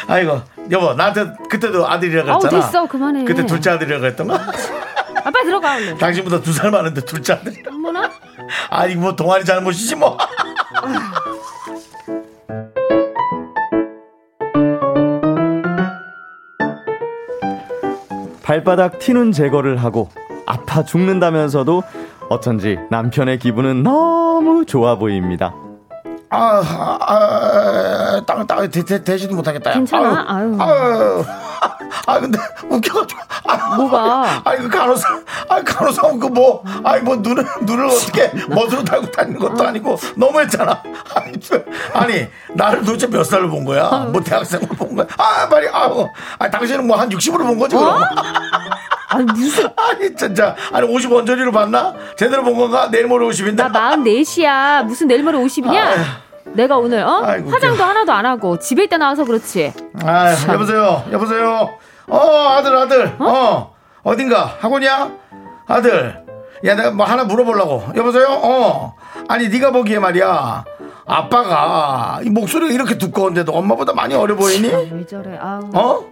아이고 여보 나한테 그때도 아들이라고
아우,
했잖아.
됐어, 그만해.
그때 둘째 아들이라고 했던가?
아, 빨리 들어가, 얼른.
당신보다 두 살 많은데 둘째 아들이.
어머나?
아니 뭐 동아리 잘못이지 뭐.
발바닥 튀는 제거를 하고 아파 죽는다면서도 어쩐지 남편의 기분은 너무 좋아 보입니다.
아, 아땅땅 대신 못하겠다.
괜찮아? 아유.
아유. 아 근데 웃겨가지고. 아,
뭐가?
아이 그 간호사, 아이 간호사 그뭐 아이 뭐 눈을 눈을 어떻게 멋으로 달고 다니는 것도 아니고 너무했잖아. 아니, 저- 아니 나를 도대체 몇 살로 본 거야? 뭐 대학생으로 본 거야? 아 빨리 아우. 아 당신은 뭐 한 60으로 본 거지 그럼?
어? 아니, 무슨.
아니 진짜 아니 50 원전이로 봤나? 제대로 본 건가? 내일 모레 50인데.
나 44시야. 무슨 내일 모레 50이냐? 내가 오늘, 어?
아, 아이고,
화장도
웃겨.
하나도 안 하고 집에 있다 나와서 그렇지.
아,
참.
여보세요, 여보세요. 어, 아들, 아들. 어, 어딘가 학원이야? 아들. 야, 내가 뭐 하나 물어보려고. 여보세요. 어, 아니 네가 보기에 말이야. 아빠가 이 목소리가 이렇게 두꺼운데도 엄마보다 많이 어려 보이니?
아, 왜 저래, 아우.
네? 어?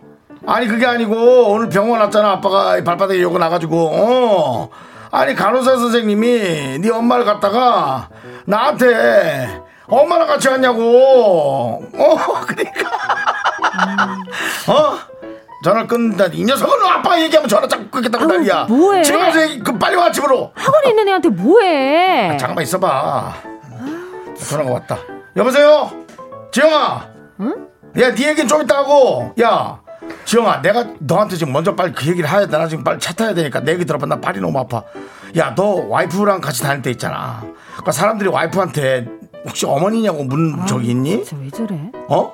아니 그게 아니고 오늘 병원 왔잖아. 아빠가 이 발바닥에 요거 나가지고. 어. 아니 간호사 선생님이 네 엄마를 갖다가 나한테 엄마랑 같이 왔냐고. 어, 그러니까. 어? 전화 끊는다. 이 녀석은 아빠 얘기하면 전화 자꾸 끊겠다고
아우,
난리야.
뭐해?
집에 가서 얘기- 그 빨리 와 집으로.
학원에 있는 애한테 뭐해?
아, 잠깐만 있어봐. 전화가 왔다. 여보세요? 지영아! 응? 야, 네 얘기는 좀 이따 하고. 야, 지영아, 내가 너한테 지금 먼저 빨리 그 얘기를 해야 돼. 나 지금 빨리 차 타야 되니까 내 얘기 들어봐. 나 발이 너무 아파. 야, 너 와이프랑 같이 다닐 때 있잖아. 그러니까 사람들이 와이프한테 혹시 어머니냐고 묻는 적이 있니?
아, 진짜 왜 저래?
어?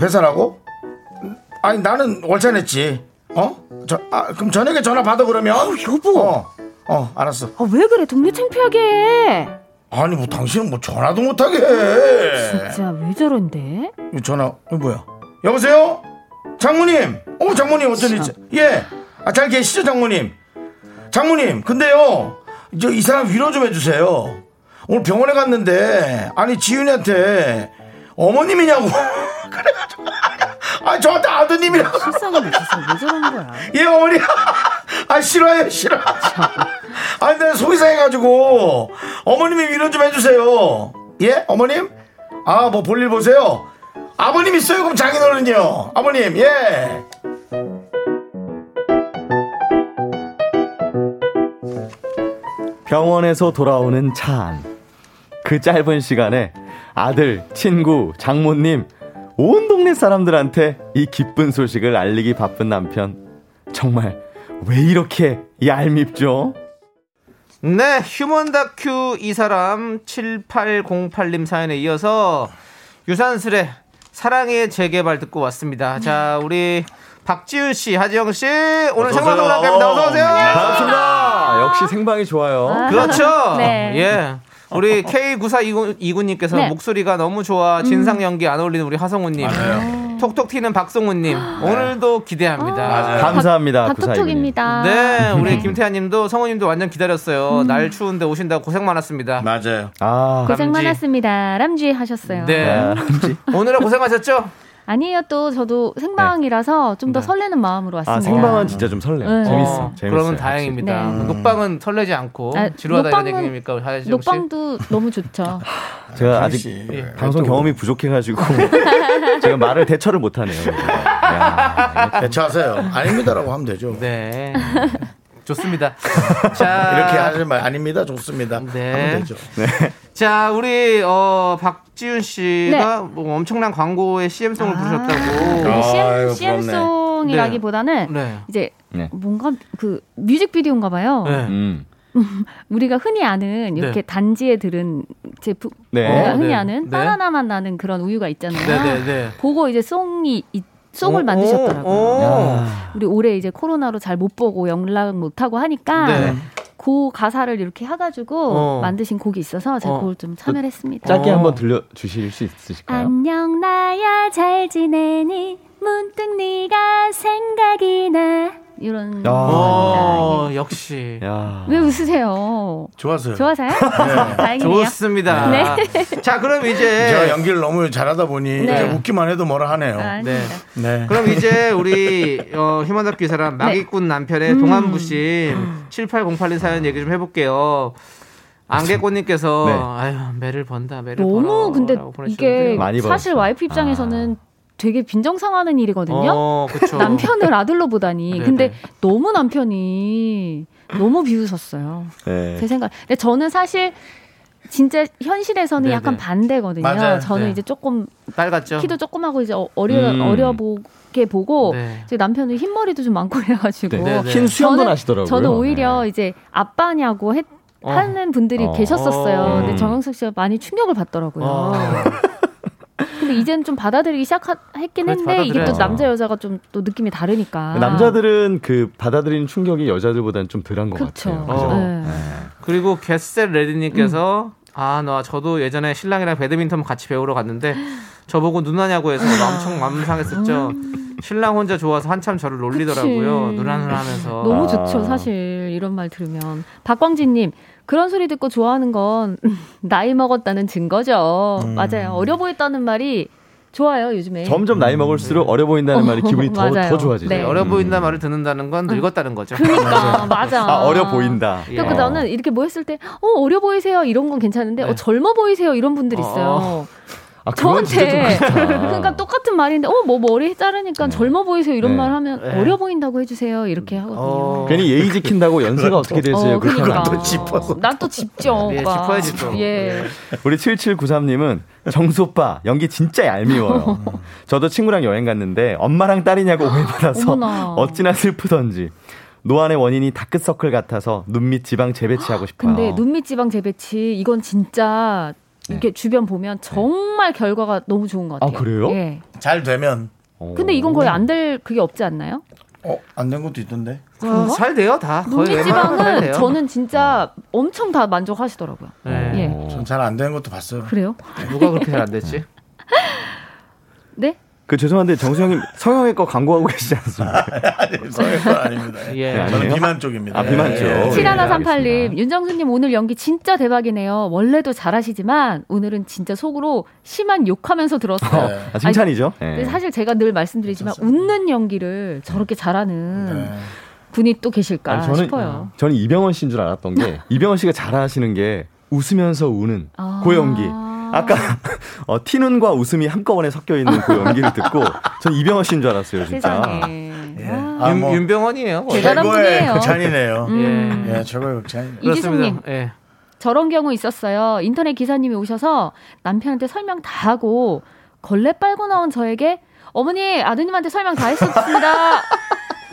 회사라고? 아니 나는 월차 냈지. 어? 저, 아, 그럼 저녁에 전화 받아 그러면. 여보. 어, 어, 알았어.
아, 왜 그래? 동네 창피하게 해.
아니 뭐 당신은 뭐 전화도 못하게. 해.
진짜 왜 저런데?
이 전화 이 뭐야? 여보세요? 장모님. 어 장모님 어쩐 일이? 예. 아, 잘 계시죠 장모님? 장모님. 근데요. 저 이 사람 위로 좀 해주세요. 오늘 병원에 갔는데 아니 지윤이한테 어머님이냐고 그래가지고 아 저한테 아드님이라고
불쌍한데 진짜 왜 저러는 거야?
예 어머니 아 싫어요 싫어 아 근데 속이 상해가지고 어머님이 위로 좀 해주세요 예 어머님 아 뭐 볼일 보세요 아버님 있어요 그럼 장인어른이요 아버님 예
병원에서 돌아오는 차안. 그 짧은 시간에 아들, 친구, 장모님, 온 동네 사람들한테 이 기쁜 소식을 알리기 바쁜 남편. 정말 왜 이렇게 얄밉죠?
네, 휴먼 다큐 이 사람 7808님 사연에 이어서 유산슬의 사랑의 재개발 듣고 왔습니다. 자, 우리 박지윤 씨, 하지영 씨, 오늘
어서
생방송
오세요.
함께합니다. 어서 오세요.
반갑습니다. 아, 역시 생방이 좋아요.
그렇죠.
네.
예. 우리 K9429님께서
네. 음.
목소리가 너무 좋아 진상 연기 안 어울리는 우리 하성우님 톡톡 튀는 박성우님 오늘도 기대합니다.
아,
감사합니다. 구사이님.
톡톡입니다.
네, 우리 김태환님도 성우님도 완전 기다렸어요. 날 추운데 오신다고 고생 많았습니다.
맞아요
아,
음. 고생
람쥐.
많았습니다. 람쥐 하셨어요.
네. 오늘은 고생하셨죠?
아니에요 또 저도 생방이라서 좀
네.
더 설레는 마음으로 왔습니다.
아 생방은 진짜 좀 설레요.
네.
재밌어.
어,
재밌어요.
그러면 다행입니다.
네.
녹방은 설레지 않고
아,
어? 지루하다
녹방은-
이런 얘기입니까, 하혜정 씨?
녹방도 너무 좋죠.
확실히. 제가 아직 방송 경험이 부족해가지고 제가 말을 대처를 못하네요. 야,
대처하세요 아닙니다라고 하면 되죠
네. 좋습니다. 자,
이렇게 하지 말 아닙니다 좋습니다
네.
하면 되죠
자, 우리 어 박지윤 씨가
네.
뭐 엄청난 광고의 CM송을
아,
부르셨다고.
아, 아유,
근데
부럽네.
CM, CM송이라기보다는
네.
이제
네.
뭔가 그 뮤직비디오인가 봐요.
네.
음.
우리가 흔히 아는 이렇게
네.
단지에 들은 제품
네.
우리가 흔히
네.
아는
네.
바나나 맛 나는 그런 우유가 있잖아요.
네, 네, 어, 네.
그거 이제 송이 이- 송을
오,
만드셨더라고요.
오, 오.
우리 올해 이제 코로나로 잘 못 보고 연락 못 하고 하니까
네.
그 가사를 이렇게 해가지고
어.
만드신 곡이 있어서 제가
어.
그걸 좀 참여를 했습니다.
짧게
어.
한번 들려 주실 수 있으실까요?
안녕 나야 잘 지내니 문득 네가 생각이 나 이런
아.
야.
아. 노래입니다.
어, 역시.
야.
예. 왜 웃으세요?
좋았어요.
좋아서요? 다행이네요.
좋습니다. 자, 그럼
제가
이제
연기를 너무 잘하다 보니
네.
이제 웃기만 해도 뭐라 하네요.
아, 아닙니다.
네.
그럼 이제 우리 어, 휴먼답기 사람
네.
마기꾼 남편의
음.
동안부심 7808님 사연 얘기 좀 해볼게요. 안개꽃님께서
네.
아유 매를 번다 매를
너무
벌어
근데
라고
이게
보내주셨는데요. 아.
많이
사실
벌었어요.
와이프 입장에서는 되게 빈정상하는 일이거든요.
어, 그쵸.
남편을 아들로 보다니.
네네.
근데 너무 남편이 너무 비웃었어요.
네.
제 생각. 근데 저는 사실 진짜 현실에서는
네네.
약간 반대거든요.
맞아요.
저는
네.
이제 조금
딸 같죠?
키도 조그마고 이제 어- 어려
음.
어려 보게 보고
네.
제 남편은 흰머리도 좀 많고 그래가지고
네.
네, 네.
흰 수염도
저는-
나시더라고요. 네.
저는 오히려 이제 아빠냐고 했-
어. 음.
하는 분들이
어.
계셨었어요.
어.
근데 정영석 씨가 많이 충격을 받더라고요.
어.
근데 이제는 좀 받아들이기 시작했긴
그래서
했는데 이게 또
그렇죠. 받아들여야죠.
남자 여자가 좀 또 느낌이 다르니까.
남자들은 그 받아들이는 충격이 여자들보다는 좀 덜한 것
그쵸.
같아요.
그죠?
네.
그리고 겟셀 레디님께서 아, 나 저도 예전에 신랑이랑 배드민턴 같이 배우러 갔는데 저보고 누나냐고 해서 엄청 맘상했었죠. 신랑 혼자 좋아서 한참 저를 놀리더라고요.
그치.
누나 누나 하면서.
너무
아.
좋죠, 사실. 이런 말 들으면. 박광진님, 그런 소리 듣고 좋아하는 건 나이 먹었다는 증거죠.
음.
맞아요. 어려 보였다는 말이 좋아요, 요즘에.
점점 나이 먹을수록 어려 보인다는 말이 기분이 더,
네. 음. 맞아요.
더 좋아지죠.
네. 아,
어려 보인다 말을 듣는다는 건 늙었다는 거죠.
그러니까, 맞아.
아, 어려 보인다.
예.
그러니까
어.
나는 이렇게 뭐 했을 때, 어, 어려 보이세요. 이런 건 괜찮은데, 어, 젊어 보이세요. 이런 분들 있어요.
네. 아, 그건 진짜 좀
저한테.
그렇다.
그러니까 똑같은 말인데, 어, 뭐 머리 자르니까 젊어 보이세요. 이런
네.
말 하면
네.
어려 보인다고 해주세요. 이렇게 하거든요.
어.
괜히 예의 지킨다고 연세가 어떻게 되세요?
어,
그렇게 하면
그러니까.
네, 안
또 짚어서.
난또 짚죠.
예,
오빠.
짚어야지 또.
네.
예.
우리 7793님은 정소빠 연기 진짜 얄미워요. 저도 친구랑 여행 갔는데 엄마랑 딸이냐고 오해받아서
어머나.
어찌나 슬프던지 노안의 원인이 다크서클 같아서 눈밑 지방 재배치하고 싶어요.
근데 눈밑 지방 재배치 이건 진짜 이렇게 주변 보면 정말 결과가 너무 좋은 것 같아요.
아, 그래요?
예.
잘 되면
어.
근데 이건 거의 안 될 그게 없지 않나요?
어, 안 된 것도 있던데.
어, 잘 돼요 다. 거의
눈밑
웬만하면 잘
지방은
돼요.
저는 진짜 엄청 다 만족하시더라고요.
네.
예.
전 잘 안 되는 것도 봤어요.
그래요?
누가 그렇게 잘 안 됐지?
네?
그 죄송한데 정수영님 성형외 과 광고하고 계시지 않습니까?
아니, 성형은 아닙니다.
예.
네,
저는
아니에요?
비만 쪽입니다.
아, 비만 쪽.
예.
칠-
7138님, 윤정수님 오늘 연기 진짜 대박이네요. 원래도 잘하시지만 오늘은 진짜 속으로 심한 욕하면서 들었어요.
아, 칭찬이죠.
근데
예.
사실 제가 늘 말씀드리지만 웃는 연기를 저렇게 잘하는
네.
분이 또 계실까
아니, 저는 음.
싶어요.
저는 이병헌 씨인 줄 알았던 게 이병헌 씨가 잘하시는 게 웃으면서 우는
아.
그 연기. 아까 어, 티눈과 웃음이 한꺼번에 섞여 있는 그 연기를 듣고 전 이병헌 씨인 줄 알았어요, 진짜.
세상에. 와.
아,
윤,
뭐
윤병헌이에요. 원래.
대단한
최고의
분이에요.
극찬이네요.
음.
예, 최고의 극찬이네요.
이지숙님,
그렇습니다. 예.
저런 경우 있었어요. 인터넷 기사님이 오셔서 남편한테 설명 다 하고 걸레 빨고 나온 저에게 어머니, 아드님한테 설명 다 했었습니다.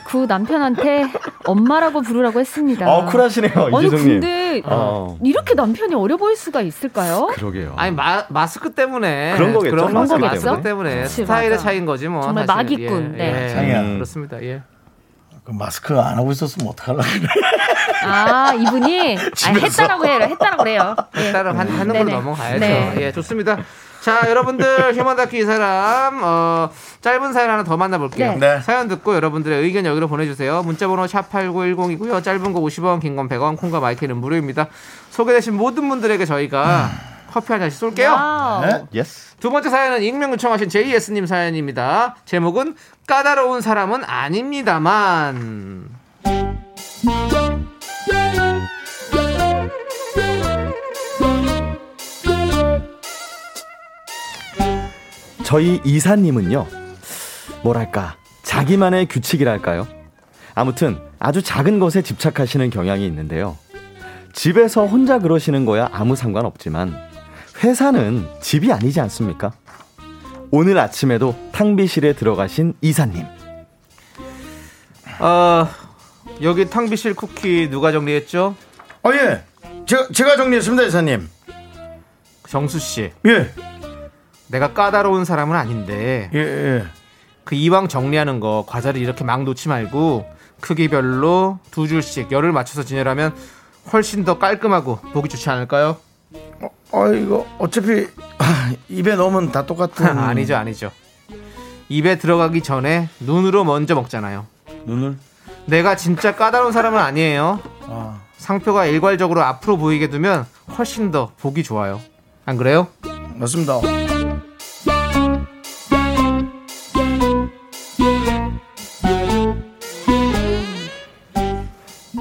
그 남편한테 엄마라고 부르라고 했습니다.
어, 쿨하시네요,
아니,
이지성님.
근데
어.
이렇게 남편이 어려 보일 수가 있을까요?
그러게요.
아니 마, 마스크 때문에
그런 거겠죠,
그런 거
마스크
마스크
때문에.
때문에,
그치,
스타일의
맞아.
차이인 거지 뭐.
정말
사실은.
마기꾼,
예,
네.
예.
장이야.
그렇습니다. 예.
그 마스크 안 하고 있었으면 어떡하려고 그래.
그러니까.
아, 이분이 아, 했다라고 해요. 했다라고 그래요. 예.
따로 한, 하는 걸로
네네.
넘어가야죠.
네.
예, 좋습니다. 자, 여러분들 휴먼 다큐 이 사람 어, 짧은 사연 하나 더 만나볼게요.
네.
네.
사연 듣고 여러분들의 의견 여기로 보내주세요. 문자번호 샵 #8910이고요. 짧은 거 50원, 긴 건 100원, 콩과 마이크는 무료입니다. 소개되신 모든 분들에게 저희가 커피 한 잔씩 쏠게요.
와우.
네?
예스.
두 번째 사연은 익명 요청하신 JS님 사연입니다. 제목은 까다로운 사람은 아닙니다만.
저희 이사님은요. 뭐랄까? 자기만의 규칙이랄까요? 아무튼 아주 작은 것에 집착하시는 경향이 있는데요. 집에서 혼자 그러시는 거야 아무 상관없지만 회사는 집이 아니지 않습니까? 오늘 아침에도 탕비실에 들어가신 이사님.
어, 여기 탕비실 쿠키 누가 정리했죠?
어, 예. 제, 제가 정리했습니다, 이사님.
정수 씨.
예.
내가 까다로운 사람은 아닌데
예, 예.
그 이왕 정리하는 거 과자를 이렇게 막 놓지 말고 크기별로 두 줄씩 열을 맞춰서 진열하면 훨씬 더 깔끔하고 보기 좋지 않을까요?
어, 이거 어차피 아, 입에 넣으면 아, 다 똑같은.
아니죠 아니죠 입에 들어가기 전에 눈으로 먼저 먹잖아요.
눈을
내가 진짜 까다로운 사람은 아니에요.
어.
상표가 일괄적으로 앞으로 보이게 두면 훨씬 더 보기 좋아요. 안 그래요?
맞습니다.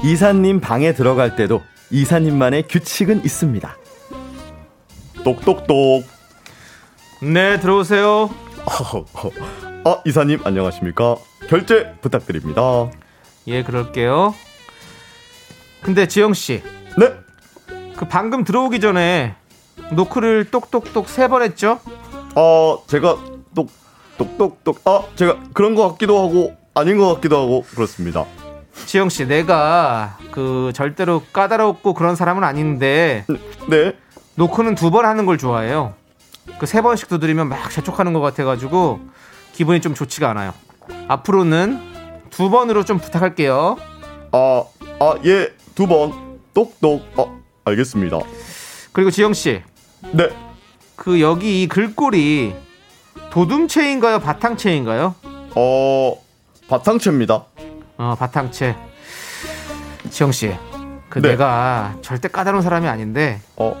이사님 방에 들어갈 때도 이사님만의 규칙은 있습니다. 똑똑똑.
네, 들어오세요.
아, 이사님 안녕하십니까? 결제 부탁드립니다.
예, 그럴게요. 근데 지영 씨,
네.
그 방금 들어오기 전에 노크를 똑똑똑 세 번 했죠?
아, 제가 똑똑똑똑. 아, 제가 그런 것 같기도 하고 아닌 것 같기도 하고 그렇습니다.
지영 씨, 내가 그 절대로 까다롭고 그런 사람은 아닌데
네.
노크는 두 번 하는 걸 좋아해요. 그 세 번씩 두드리면 막 재촉하는 것 같아가지고 기분이 좀 좋지가 않아요. 앞으로는 두 번으로 좀 부탁할게요.
아, 아, 예. 두 번. 똑똑. 아, 알겠습니다.
그리고 지영 씨,
네.
그 여기 이 글꼴이 도둠체인가요, 바탕체인가요?
어, 바탕채입니다.
어, 바탕체. 지영 씨, 그
네.
내가 절대 까다로운 사람이 아닌데
어,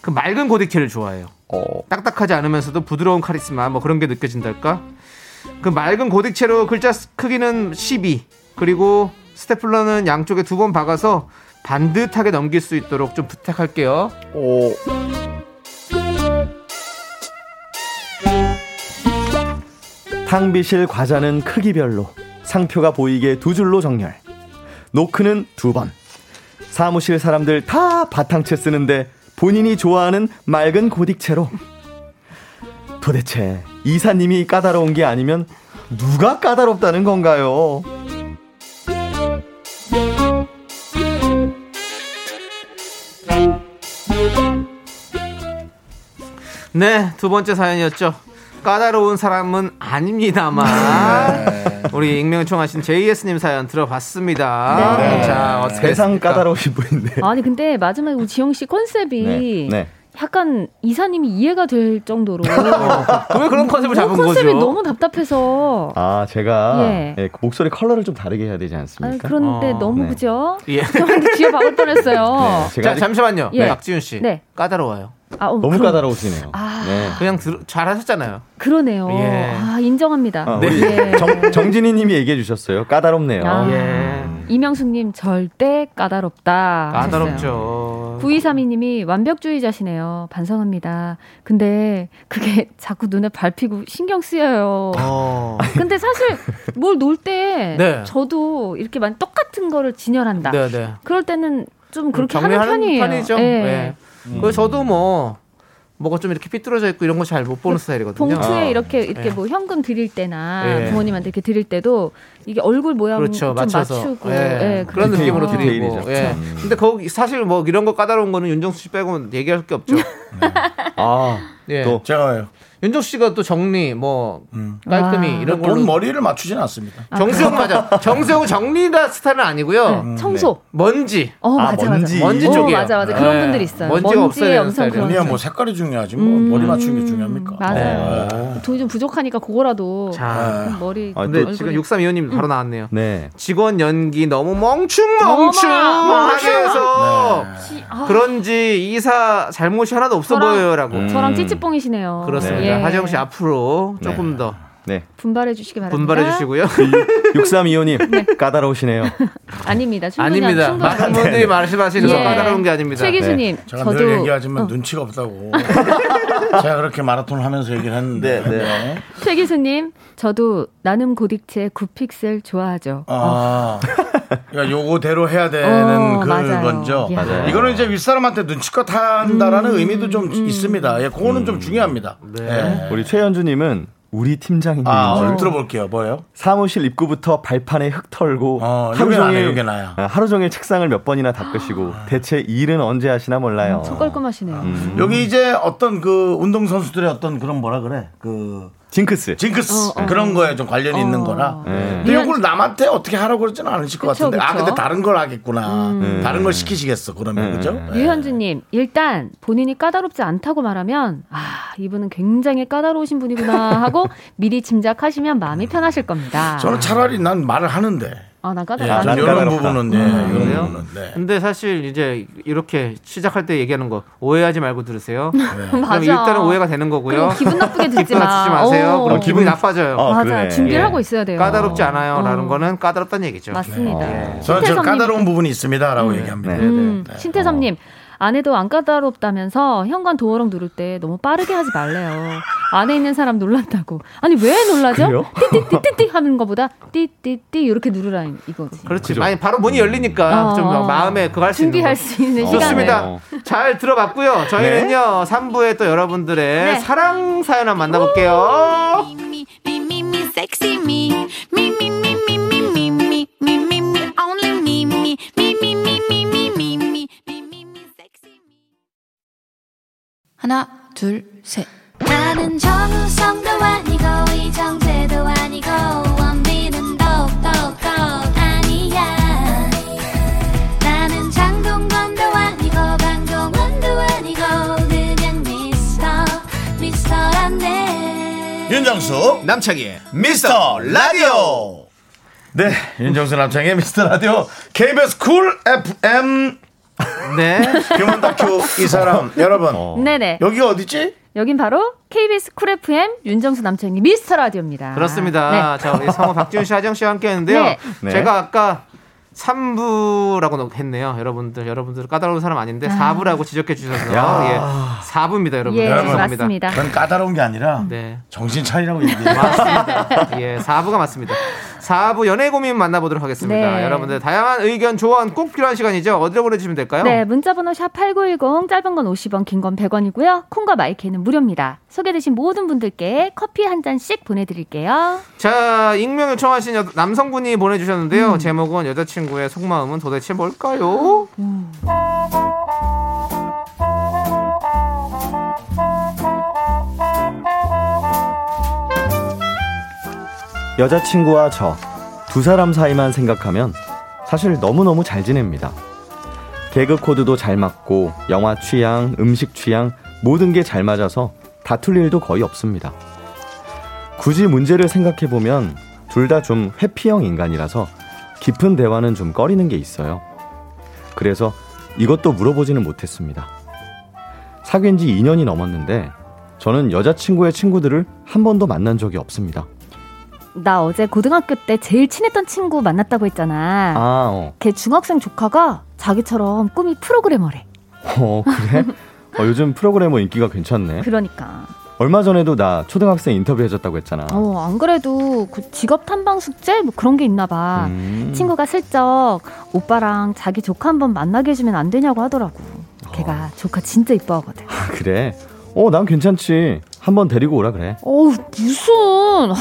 그 맑은 고데키를 좋아해요.
어,
딱딱하지 않으면서도 부드러운 카리스마 뭐 그런 게 느껴진달까? 그 맑은 고딕체로 글자 스- 크기는 12 그리고 스테플러는 양쪽에 두 번 박아서 반듯하게 넘길 수 있도록 좀 부탁할게요.
어. 탕비실 과자는 크기별로 상표가 보이게 두 줄로 정렬. 노크는 두 번. 사무실 사람들 다 바탕채 쓰는데 본인이 좋아하는 맑은 고딕채로. 도대체 이사님이 까다로운 게 아니면 누가 까다롭다는 건가요?
네, 두 번째 사연이었죠. 까다로운 사람은 아닙니다만
네.
우리 익명 요청하신 JS님 사연 들어봤습니다.
네.
자, 어떻게
세상
했습니까?
까다로우신 분인데.
아니 근데 마지막에 우리 지영 씨 컨셉이
네.
약간 이사님이 이해가 될 정도로
왜 그런 컨셉을 잡은
뭐 컨셉이
거죠?
너무 답답해서
아, 제가
예.
예, 그 목소리 컬러를 좀 다르게 해야 되지
아,
않습니까?
그런데
어,
너무
네.
그죠?
예.
저한테 귀에 박을 뻔했어요.
네, 제가
자,
아직
잠시만요.
예.
박지윤 씨.
네.
까다로워요.
아, 어,
너무
그럼-
까다로우시네요.
아.
네.
그냥 들- 잘하셨잖아요.
그러네요.
예.
아, 인정합니다.
아, 우리
네.
예.
정, 정진희 님이 얘기해 주셨어요. 까다롭네요.
아.
예.
이명숙님 절대
아,
까다롭다. 하셨어요.
까다롭죠.
9232님이 완벽주의자시네요. 반성합니다. 근데 그게 자꾸 눈에 밟히고 신경 쓰여요.
어.
근데 사실 뭘 놀 때
네.
저도 이렇게 많이 똑같은 거를 진열한다.
네, 네.
그럴 때는 좀 그렇게 하는
정리하는
편이에요.
편이죠. 예.
음.
그래서 저도 뭐 뭐가 좀 이렇게 삐뚤어져 있고 이런 거 잘 못 보는 스타일이거든요.
그 봉투에 이렇게 이렇게
예.
뭐 현금 드릴 때나
예. 부모님한테
부모님한테 이렇게 드릴 때도 이게 얼굴 모양
그렇죠.
좀
맞춰서
추고
예. 그런
그렇죠.
느낌으로
디테일,
드리고.
디테일이죠.
예.
그렇죠.
근데 거기 사실 뭐 이런 거 까다로운 거는 윤정수 씨 빼고는 얘기할 게 없죠.
네. 아,
예.
또. 음.
제가 왜요?
윤정수 씨가 또 정리 뭐 깔끔히
아.
이런
뭐
걸로
본 머리를 맞추진 않습니다.
정세훈 맞아. 정세훈 정리가 스타일은 아니고요.
음.
청소.
먼지.
어
아,
맞아
먼지.
맞아.
네. 먼지
어,
쪽이에요.
맞아 맞아. 그런
예.
분들 있어요.
먼지가 없어야 되는
엄청
스타일이에요.
그런.
아니야 뭐 색깔이 중요하지 뭐 머리 맞추는 게 중요합니까?
네, 맞아요. 어. 돈이 좀 부족하니까 그거라도
자. 어,
좀 머리.
아,
근데
얼굴이-
지금 6325님 바로 나왔네요.
네.
직원 연기 너무 멍충멍충하게
어머나.
해서
시- 아,
그런지 이사 잘못이 하나도 없어
저랑-
보여요라고.
음.
저랑 찌찌뽕이시네요.
그렇습니다.
예.
하정 씨 앞으로 조금 더
네. 그
분발해 주시기 바랍니다.
분발해 주시고요.
6325 님. 까다로우시네요.
아닙니다. 충분히
아닙니다.
충분히.
많은 분들이 말씀하시는 서
예.
까다로운 게 아닙니다. 네.
최기수님,
제가
저도
늘 얘기하지만 눈치가 없다고. 제가 그렇게 마라톤 하면서 얘기를 했는데.
네,
최기수님, 저도 나눔 고딕체
어.
9픽셀 좋아하죠.
아, 그러니까 요거대로 해야 되는
어, 맞아요.
그건죠.
예. 음.
맞아요.
이거는 이제 윗사람한테 눈치껏 한다라는 의미도 좀 있습니다. 예, 그거는
음.
좀 중요합니다.
네.
예.
우리 최현주 님은 우리 팀장님.
아,
인
오늘
줄
들어볼게요. 뭐예요?
사무실 입구부터 발판에 흙 털고
어,
하루
요게 나네,
종일
요게 나야. 아.
아, 하루 종일 책상을 몇 번이나 닦으시고 대체 일은 언제 하시나
음.
몰라요. 음.
저 깔끔하시네요.
여기 이제 어떤 그 운동선수들의 어떤 그런 뭐라 그래? 그
징크스.
징크스
어, 어.
그런 거에 좀 관련이 있는 거라.
예.
근데 이걸 남한테 어떻게 하라고 그러지는 않으실 것
그쵸,
같은데. 아
그쵸.
근데 다른 걸 하겠구나.
음.
다른 걸 시키시겠어 그러면
음.
그죠?
네.
예.
유현주님, 일단 본인이 까다롭지 않다고 말하면, 아, 이분은 굉장히 까다로우신 분이구나 하고 미리 짐작하시면 마음이 편하실 겁니다.
저는 차라리 난 말을 하는데.
아, 난
예,
까다롭지
전
않아.
난 아,
이런
까다롭다.
부분은 예, 이런
그래요?
부분은 네.
근데 사실 이제 이렇게 시작할 때 얘기하는 거 오해하지 말고 들으세요.
맞아.
그럼 일단은 오해가 되는 거고요.
그리고 기분 나쁘게 듣지
기분 나쁘지
마.
마세요.
어.
그럼 기분이
기분-
나빠져요.
어,
맞아.
그러네.
준비를
예.
하고 있어야 돼요.
까다롭지 않아요라는 예.
어.
거는 까다롭다는 얘기죠.
맞습니다.
저는 저
신태섭님.
까다로운 부분이 있습니다라고 얘기합니다.
네.
음, 신태섭님 아내도 안 까다롭다면서 현관 도어락 누를 때 너무 빠르게 하지 말래요. 안에 있는 사람 놀란다고. 아니 왜 놀라죠?
그래요?
띠띠띠띠띠 하는 것보다 띠띠띠 이렇게 누르라 이거지.
그렇지.
그죠.
아니 바로 문이 열리니까
어,
좀
어.
마음에 그거 할 수 있는
준비할
거.
수 있는
어.
시간을.
좋습니다.
어.
잘 들어봤고요. 저희는요 3부에 또 여러분들의
네.
사랑 사연 한번 만나볼게요.
me, me, me, me, sexy me. Me, me, me, me, me, me, me, me, me, me, only me, me, me, me, me, me, me, me, me, me, me, me, sexy me.
하나, 둘, 셋.
나는 정우성도 아니고 이정재도 아니고 원빈은 더욱더 아니야 나는 장동건도 아니고 방종원도 아니고 그냥 미스터 미스터란데
윤정수
남창희.
미스터 라디오. 네, 윤정수 남창의 미스터 라디오 KBS 쿨 FM
네.
휴먼 다큐 이 사람 여러분
네네.
여기 어디지?
여긴 바로 KBS 쿨 FM 윤정수 남창희 미스터 라디오입니다.
그렇습니다. 자, 우리 성우 박지훈 씨, 하정 씨와 함께 했는데요.
네.
네.
제가 아까 3부라고 했네요. 여러분들, 여러분들 까다로운 사람 아닌데 4부라고 지적해 주셔서 예, 4부입니다, 여러분.
네. 예,
여러분.
죄송합니다.
맞습니다.
그건 까다로운 게 아니라
네.
정신 차리라고 얘기해요.
맞습니다. 예, 4부가 맞습니다. 4부 연애 고민 만나보도록 하겠습니다.
네.
여러분들 다양한 의견 조언 꼭 필요한 시간이죠. 어디로 보내주시면 될까요?
네, 문자번호 샵8910 짧은 건 50원, 긴 건 100원이고요. 콩과 마이크는 무료입니다. 소개되신 모든 분들께 커피 한 잔씩 보내드릴게요.
자, 익명 요청하신 여- 남성분이 보내주셨는데요.
음.
제목은 여자친구의 속마음은 도대체 뭘까요?
여자친구와 저 두 사람 사이만 생각하면 사실 너무너무 잘 지냅니다. 개그 코드도 잘 맞고 영화 취향, 음식 취향 모든 게 잘 맞아서 다툴 일도 거의 없습니다. 굳이 문제를 생각해 보면 둘 다 좀 회피형 인간이라서 깊은 대화는 좀 꺼리는 게 있어요. 그래서 이것도 물어보지는 못했습니다. 사귄 지 2년이 넘었는데 저는 여자친구의 친구들을 한 번도 만난 적이 없습니다.
나 어제 고등학교 때 제일 친했던 친구 만났다고 했잖아.
아, 어.
걔 중학생 조카가 자기처럼 꿈이 프로그래머래.
어 그래? 어, 요즘 프로그래머 인기가 괜찮네.
그러니까.
얼마 전에도 나 초등학생 인터뷰해줬다고 했잖아.
어, 안 그래도 그 직업 탐방 숙제 뭐 그런 게 있나 봐.
음.
친구가 슬쩍 오빠랑 자기 조카 한 번 만나게 해주면 안 되냐고 하더라고. 걔가 조카 진짜 이뻐하거든.
아, 그래? 어 난 괜찮지. 한번 데리고 오라 그래.
어우 무슨 어우,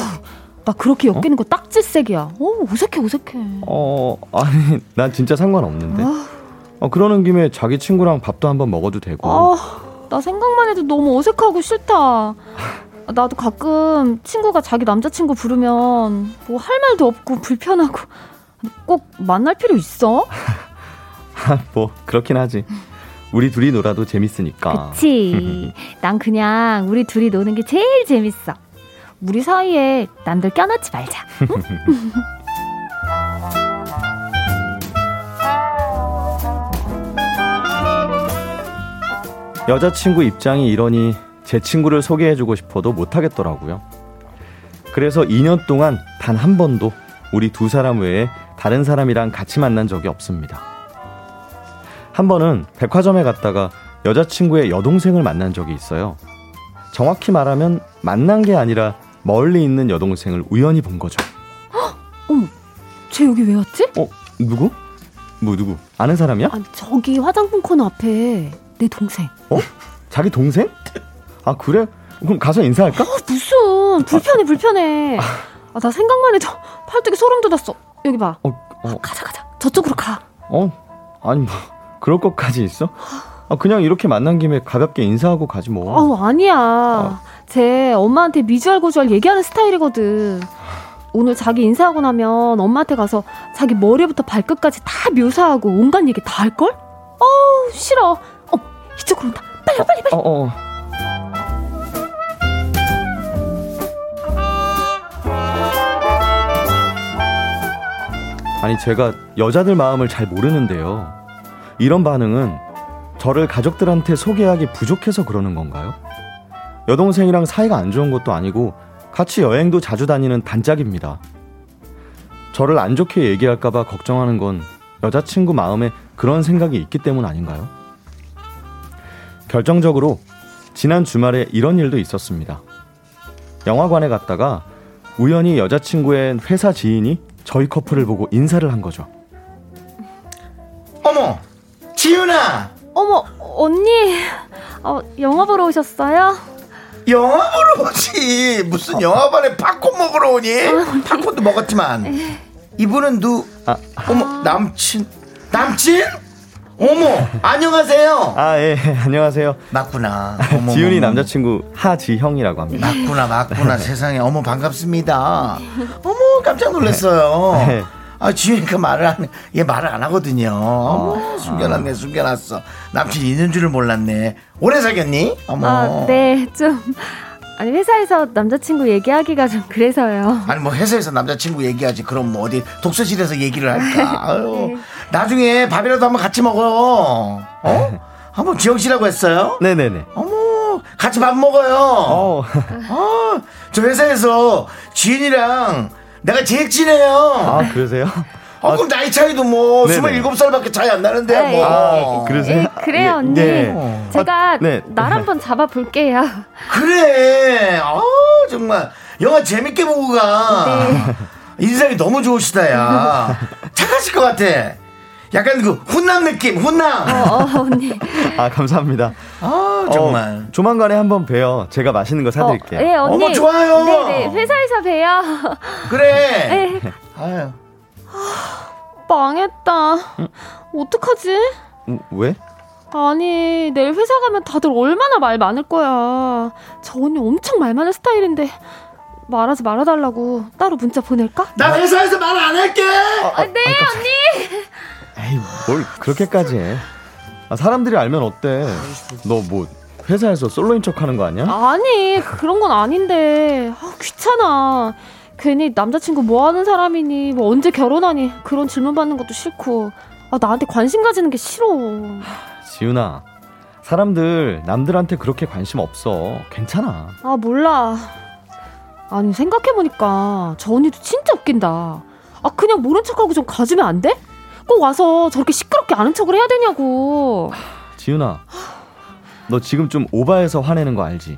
나 그렇게 엮이는 거 딱지색이야. 어 어색해 어색해.
어 아니 난 진짜 상관없는데. 어 그러는 김에 자기 친구랑 밥도 한번 먹어도 되고.
아나 생각만 해도 너무 어색하고 싫다. 나도 가끔 친구가 자기 남자친구 부르면 뭐 할 말도 없고 불편하고 꼭 만날 필요 있어?
뭐 그렇긴 하지. 우리 둘이 놀아도 재밌으니까.
그치. 난 그냥 우리 둘이 노는 게 제일 재밌어. 우리 사이에 남들 껴넣지 말자.
여자친구 입장이 이러니 제 친구를 소개해주고 싶어도 못하겠더라고요. 그래서 2년 동안 단 한 번도 우리 두 사람 외에 다른 사람이랑 같이 만난 적이 없습니다. 한 번은 백화점에 갔다가 여자친구의 여동생을 만난 적이 있어요. 정확히 말하면 만난 게 아니라 멀리 있는 여동생을 우연히 본 거죠.
어머, 쟤 여기 왜 왔지?
어, 누구? 뭐 누구? 아는 사람이야?
아, 저기 화장품 코너 앞에 내 동생.
자기 동생? 아, 그래? 그럼 가서 인사할까?
아, 무슨 불편해 불편해. 아, 나 생각만 해도 팔뚝이 소름 돋았어. 여기 봐.
어, 어,
가자 가자. 저쪽으로 가.
어? 아니 뭐 그럴 것까지 있어? 아, 아, 그냥 이렇게 만난 김에 가볍게 인사하고 가지 뭐.
어, 아우 아니야. 쟤 엄마한테 미주알고주알 얘기하는 스타일이거든. 오늘 자기 인사하고 나면 엄마한테 가서 자기 머리부터 발끝까지 다 묘사하고 온갖 얘기 다 할걸? 어우 싫어. 어 이쪽으로 온다. 빨리 와, 빨리 빨리.
어, 어. 아니 제가 여자들 마음을 잘 모르는데요. 이런 반응은 저를 가족들한테 소개하기 부족해서 그러는 건가요? 여동생이랑 사이가 안 좋은 것도 아니고 같이 여행도 자주 다니는 단짝입니다. 저를 안 좋게 얘기할까봐 걱정하는 건 여자친구 마음에 그런 생각이 있기 때문 아닌가요? 결정적으로 지난 주말에 이런 일도 있었습니다. 영화관에 갔다가 우연히 여자친구의 회사 지인이 저희 커플을 보고 인사를 한 거죠.
어머, 지윤아,
어머 언니. 어 영화 보러 오셨어요?
영화 보러 오지.
어.
무슨 영화관에 팝콘 먹으러 오니? 팝콘도 먹었지만 이분은 누?
아.
어머, 남친, 남친? 어머, 안녕하세요.
아, 예, 안녕하세요.
맞구나. 어머,
지윤이
어머,
남자친구 네. 하지형이라고 합니다.
맞구나 맞구나 세상에 어머 반갑습니다 어머 깜짝
네.
놀랐어요 아 지윤이가 말을 안얘 말을 안 하거든요
아.
어머 숨겨놨네 숨겨놨어 남친 있는 줄을 몰랐네 오래 사귀었니 어머
아 네 좀. 아니 회사에서 남자친구 얘기하기가 좀 그래서요.
아니 뭐 회사에서 남자친구 얘기하지 그럼 뭐 어디 독서실에서 얘기를 할까 아유 나중에 밥이라도 한번 같이 먹어요 어 한번 지영 씨라고 했어요
네네네.
어머 같이 밥 먹어요
어,
아, 저 회사에서 지인이랑 내가 제일 친해요.
아, 그러세요?
어, 그럼 나이 차이도 뭐
네네.
27살밖에 차이 안 나는데
네,
뭐.
아,
그래.
그러세요?
예, 그래요,
예,
언니.
네.
제가
아, 네.
날 한번 잡아볼게요.
어, 정말 영화 재밌게 보고 가.
네.
인상이 너무 좋으시다 야. 착하실 것 같아. 약간 그 훈남 느낌,
어,
훈남.
어 언니.
아, 감사합니다.
아, 정말.
어, 조만간에 한번 봬요. 제가 맛있는 거 사드릴게요.
어, 예, 언니.
어머, 좋아요.
네네. 회사에서 봬요.
그래.
에
아유.
네. 망했다. 어떡하지?
음, 왜?
아니, 내일 회사 가면 다들 얼마나 말 많을 거야. 저 언니 엄청 말 많은 스타일인데. 말하지 말아달라고 따로 문자 보낼까?
나 회사에서 말 안 할게.
아, 네, 언니.
에이, 뭘 그렇게까지 해. 아, 사람들이 알면 어때? 너 뭐 회사에서 솔로인 척 하는 거 아니야?
아니, 그런 건 아닌데. 아, 귀찮아. 괜히 남자친구 뭐 하는 사람이니, 뭐 언제 결혼하니, 그런 질문 받는 것도 싫고. 아, 나한테 관심 가지는 게 싫어.
지윤아. 사람들 남들한테 그렇게 관심 없어. 괜찮아.
아, 몰라. 아니, 생각해보니까 저 언니도 진짜 웃긴다. 아, 그냥 모른 척하고 좀 가주면 안 돼? 꼭 와서 저렇게 시끄럽게 아는 척을 해야 되냐고.
지윤아. 너 지금 좀 오바해서 화내는 거 알지?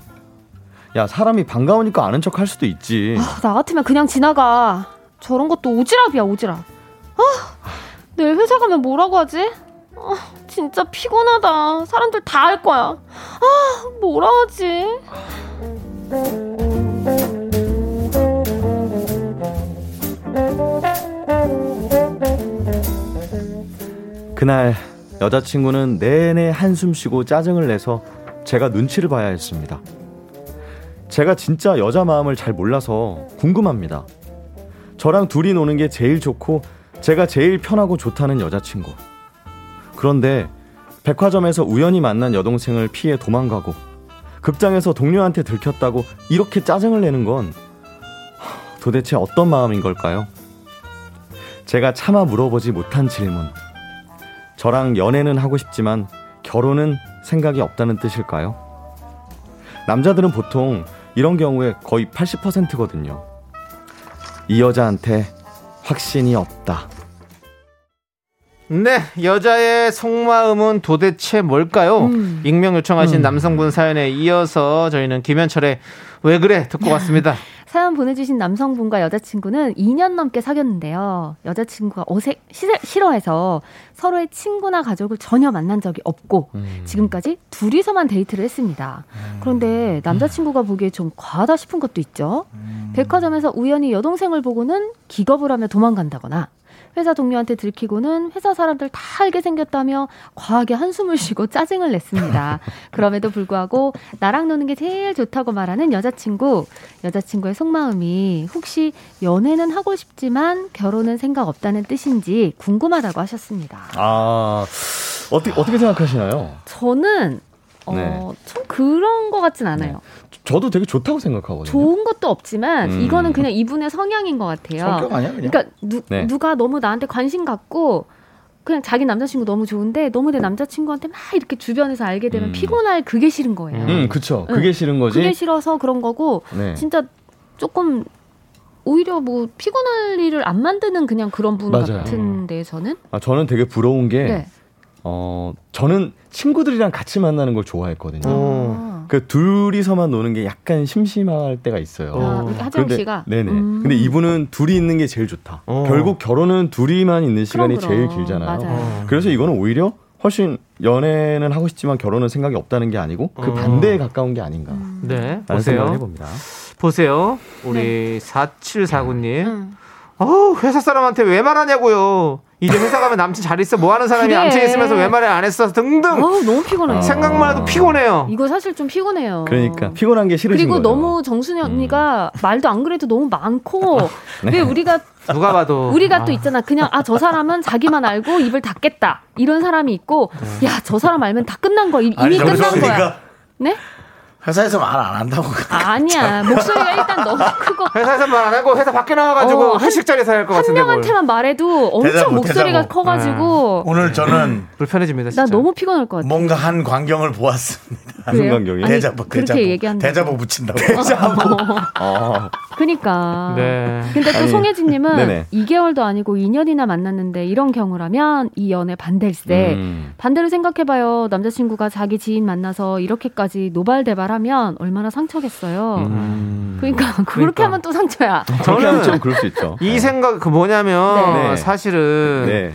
야, 사람이 반가우니까 아는 척 할 수도 있지.
아, 나 같으면 그냥 지나가. 저런 것도 오지랖이야, 오지랖. 아, 내일 회사 가면 뭐라고 하지? 아, 진짜 피곤하다. 사람들 다 알 거야. 아, 뭐라 하지?
그날 여자친구는 내내 한숨 쉬고 짜증을 내서 제가 눈치를 봐야 했습니다. 제가 진짜 여자 마음을 잘 몰라서 궁금합니다. 저랑 둘이 노는 게 제일 좋고 제가 제일 편하고 좋다는 여자친구. 그런데 백화점에서 우연히 만난 여동생을 피해 도망가고 극장에서 동료한테 들켰다고 이렇게 짜증을 내는 건 하, 도대체 어떤 마음인 걸까요? 제가 차마 물어보지 못한 질문. 저랑 연애는 하고 싶지만 결혼은 생각이 없다는 뜻일까요? 남자들은 보통 이런 경우에 거의 80%거든요. 이 여자한테 확신이 없다.
네, 여자의 속마음은 도대체 뭘까요?
음.
익명 요청하신 남성분 사연에 이어서 저희는 김현철의 왜 그래 듣고 왔습니다.
사연 보내주신 남성분과 여자친구는 2년 넘게 사귀었는데요. 여자친구가 어색, 시, 싫어해서 서로의 친구나 가족을 전혀 만난 적이 없고 지금까지 둘이서만 데이트를 했습니다. 그런데 남자친구가 보기에 좀 과하다 싶은 것도 있죠. 백화점에서 우연히 여동생을 보고는 기겁을 하며 도망간다거나 회사 동료한테 들키고는 회사 사람들 다 알게 생겼다며 과하게 한숨을 쉬고 짜증을 냈습니다. 그럼에도 불구하고 나랑 노는 게 제일 좋다고 말하는 여자친구. 여자친구의 속마음이 혹시 연애는 하고 싶지만 결혼은 생각 없다는 뜻인지 궁금하다고 하셨습니다.
아, 어떻게, 어떻게 생각하시나요?
저는 어,
네.
좀 그런 것 같진 않아요.
저도 되게 좋다고 생각하거든요.
좋은 것도 없지만
음.
이거는 그냥 이분의 성향인 것 같아요.
성격 아니야 그냥.
그러니까 누,
네.
누가 너무 나한테 관심 갖고 그냥 자기 남자친구 너무 좋은데 너무 내 남자친구한테 막 이렇게 주변에서 알게 되면
음.
피곤할 그게 싫은 거예요.
음, 그쵸. 그게
응.
싫은 거지.
그게 싫어서 그런 거고
네.
진짜 조금 오히려 뭐 피곤할 일을 안 만드는 그냥 그런 분
맞아요.
같은데 저는
아, 저는 되게 부러운 게,
네.
어, 저는 친구들이랑 같이 만나는 걸 좋아했거든요.
아.
그 둘이서만 노는 게 약간 심심할 때가 있어요.
아,
어.
하정 씨가?
네네.
음.
근데 이분은 둘이 있는 게 제일 좋다.
어.
결국 결혼은 둘이만 있는 시간이
그럼,
제일
그럼.
길잖아요.
맞아요.
그래서 이거는 오히려 훨씬 연애는 하고 싶지만 결혼은 생각이 없다는 게 아니고 그
어.
반대에 가까운 게 아닌가.
네,
라는 생각을
보세요.
해봅니다.
보세요.
네.
우리 4749님.
음.
어우, 회사 사람한테 왜 말하냐고요. 이제 회사 가면 남친 잘 있어. 뭐 하는 사람이
그래.
남친 있으면서 왜 말을 안 했어. 등등.
어우, 너무 피곤해요.
생각만 해도 피곤해요.
이거 사실 좀 피곤해요.
아. 그러니까 음. 피곤한 게 싫으신 거예요.
그리고 너무 정순이 언니가 말도 안 그래도 너무 많고
네.
왜 우리가
누가 봐도.
어. 우리가 또 있잖아 그냥 아 저 사람은 자기만 알고 입을 닫겠다 이런 사람이 있고 야 저 사람 알면 다 끝난 거 이- 이미 끝난 거야
정수리가
네
회사에서 말 안 한다고.
아니야 목소리가 일단 너무 크고
회사에서 말 안 하고 회사 밖에 나와가지고
어, 한-
회식 자리에서 할 것
한
같은데 뭘.
명한테만 말해도
대답 못,
엄청 목소리가
대답 못.
커가지고
오늘 저는
불편해집니다. 진짜.
나 너무 피곤할 것 같아
뭔가 한 광경을 보았습니다.
그래요?
순간경이.
아니,
대자보,
그렇게 어.
대자보.
얘기한다
대자보 붙인다고. 대자보.
아,
그니까
네.
근데 또
아니,
송혜진님은
네네.
2개월도 아니고 2년이나 만났는데 이런 경우라면 이 연애 반대일세.
음.
반대로 생각해봐요. 남자친구가 자기 지인 만나서 이렇게까지 노발대발하면 얼마나 상처겠어요. 그러니까 그렇게
그러니까.
하면 또 상처야.
그렇게
저는
하면 좀 그럴 수 있죠.
이 생각 그 뭐냐면
네. 네.
사실은
네.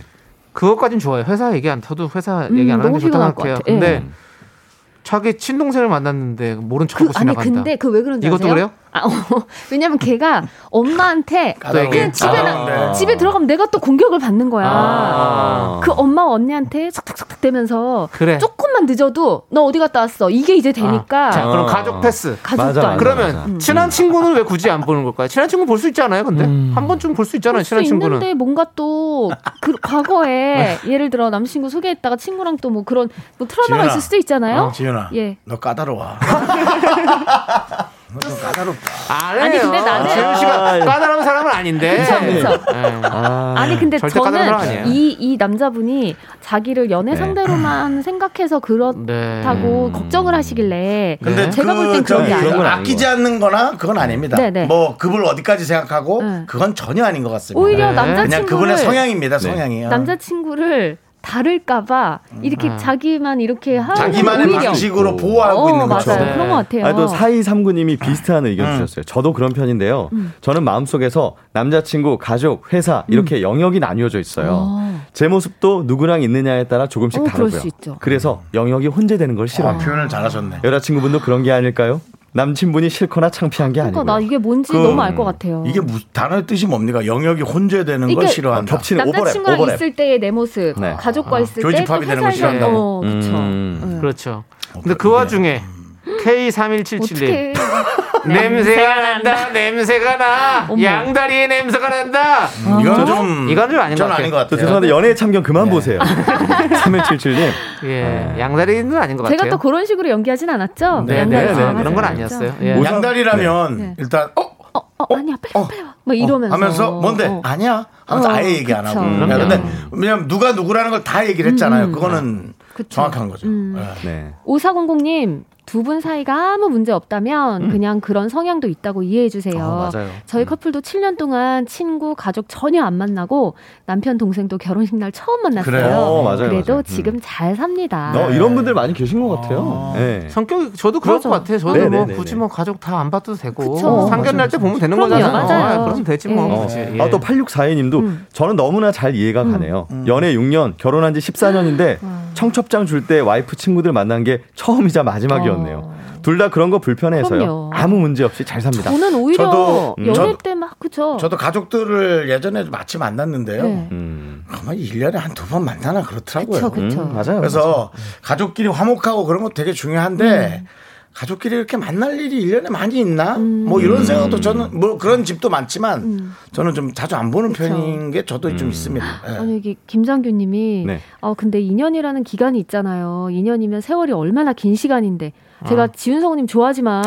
그것까진 좋아요. 회사 얘기 안 저도 회사
음,
얘기 안 하는
너무
게 좋다고
피곤할 것
생각해요.
같아. 예.
근데 자기 친동생을 만났는데 모른
그
척하고
아니
지나간다.
근데 그 왜 그런지
이것도
아세요?
그래요?
아, 어, 왜냐면 걔가 엄마한테
까다로워.
그냥 집에 나-
네.
까다로운데.
집에 들어가면 내가 또 공격을 받는 거야.
아.
그 엄마 언니한테 삭삭삭삭 대면서
그래.
조금만 늦어도 너 어디 갔다 왔어. 이게 이제 되니까
자, 그럼
아.
가족 패스.
가족도
맞아,
아니고.
맞아.
그러면 친한 친구는 왜 굳이 안 보는 걸까요? 친한 친구 는 볼 수 있잖아요. 근데 한 번쯤 볼 수 있잖아요.
볼수
친한 친구는.
있는데 뭔가 또 그 과거에 예를 들어 남친구 소개했다가 친구랑 또 뭐 그런 뭐
네. 지연아.
트라우마가
어,
있을 수도 있잖아요.
네. 지윤아.
예.
너 까다로워. 너좀 까다롭다.
안 해요.
아니, 근데 나는-
네. 재윤 씨가 까다로운 사람은 아닌데.
그쵸, 그쵸.
예.
아.
아니 근데
절대 까다로운 사람
저는
아니에요.
이 이 남자분이 자기를 연애
네.
상대로만 생각해서 그렇다고
네.
걱정을 하시길래
음. 네. 근데
네. 제가 볼
그
땐 그런
저기
게
그런
아니에요.
건
아끼지 않는 거나 그건 아닙니다.
네네.
뭐 급을 어디까지 생각하고
네.
그건 전혀 아닌 것 같습니다.
오히려
네.
그냥 그분의
남자친구를
성향입니다.
네.
성향이요. 어.
남자친구를 다룰까봐 이렇게 자기만 이렇게 하는
음. 자기만의
오히려
방식으로 보호하고
어,
있는
맞아요.
거죠. 네.
그런 것 같아요.
아또 사이 삼구님이 비슷한 의견
음.
주셨어요. 저도 그런 편인데요.
음.
저는 마음속에서 남자친구, 가족, 회사 이렇게 영역이 나뉘어져 있어요. 제 모습도 누구랑 있느냐에 따라 조금씩
어, 그럴
다르고요.
수 있죠.
그래서 영역이 혼재되는 걸 싫어요.
아, 표현을 잘하셨네.
여자친구분도 그런 게 아닐까요? 남친분이 싫거나 창피한 게 아니고
그러니까 나 이게 뭔지
그-
너무 알 것 같아요.
이게 무- 단어의 뜻이 뭡니까? 영역이 혼재되는 걸
이게-
싫어한다.
겹치는 오버랩,
남자친구랑
오버랩.
있을 때의 내 모습,
네.
가족과 있을 때, 또
교집합이 되는 걸
회사에서
싫어한다고.
어, 그쵸.
음.
그렇죠. 근데 그 와중에 K3177님
어떻게
냄새가 난다 냄새가 나
어머.
양다리에 냄새가 난다
음,
아,
이건 좀
이건 좀 아닌
저는
것 같아요.
아닌 것
저
같아요.
죄송한데 연애 참견 그만
네.
보세요. 3177님.
예 양다리는 아닌 것
제가
같아요.
또 그런 식으로 연기하진 않았죠?
네,
양다리
네, 네,
좋아하지
그런 건
않았죠?
아니었어요. 예.
뭐-
네. 양다리라면
네.
일단 어
어, 어, 아니야, 빨리 와, 빨리 와. 막 이러면서.
하면서 뭔데
어.
아니야 하면서
어,
아예 얘기 안
그쵸. 음,
하고 그
그럼요.
근데 왜냐면 누가 누구라는 걸 다 얘기를 했잖아요 그거는
그쵸.
정확한 거죠
음.
예.
네.
5400님, 두 분 사이가 아무 문제 없다면 그냥 그런 성향도 있다고 이해해 주세요.
아, 맞아요.
저희 커플도 7년 동안 친구, 가족 전혀 안 만나고 남편, 동생도 결혼식 날 처음 만났어요.
그래요.
어, 맞아요,
래도
맞아요. 음.
지금 잘 삽니다.
너 이런 분들 많이 계신 것 같아요.
아.
네.
성격이 저도 그럴
맞아.
것 같아요. 저도
네,
뭐
네, 네,
굳이
네.
뭐 가족 다 안 봐도 되고
그쵸. 어,
상견 날때 보면 되는
그럼요,
거잖아요.
맞아요.
아, 그럼 되지 뭐.
예.
어.
그치, 예.
아,
음.
음.
음.
또 8642님도 저는 너무나 잘 이해가 가네요. 연애 6년, 결혼한 지 14년인데 청첩장 줄 때 와이프 친구들 만난 게 처음이자 마지막이었네요. 둘 다 그런 거 불편해서요.
어. 그럼요.
아무 문제 없이 잘 삽니다.
저는 오히려
저도, 음,
연애
저도-
때 막 그쵸.
저도 가족들을 예전에 마치 만났는데요.
어. 네.
음,
아마 1년에 한 두 번 만나나 그렇더라고요.
그쵸, 그쵸.
음, 맞아요.
그래서 가족끼리 화목하고 그런 거 되게
음.
중요한데 가족끼리 이렇게 만날 일이 1년에 많이 있나? 뭐 이런 생각도 저는
음.
뭐 그런 집도 많지만
음.
저는 좀 자주 안 보는 편인 게 저도
음.
좀 있습니다. 예.
아니 여기 김장규님이
네.
아 근데 2년이라는 기간이 있잖아요. 2년이면 세월이 얼마나 긴 시간인데 제가 지윤성우님 좋아하지만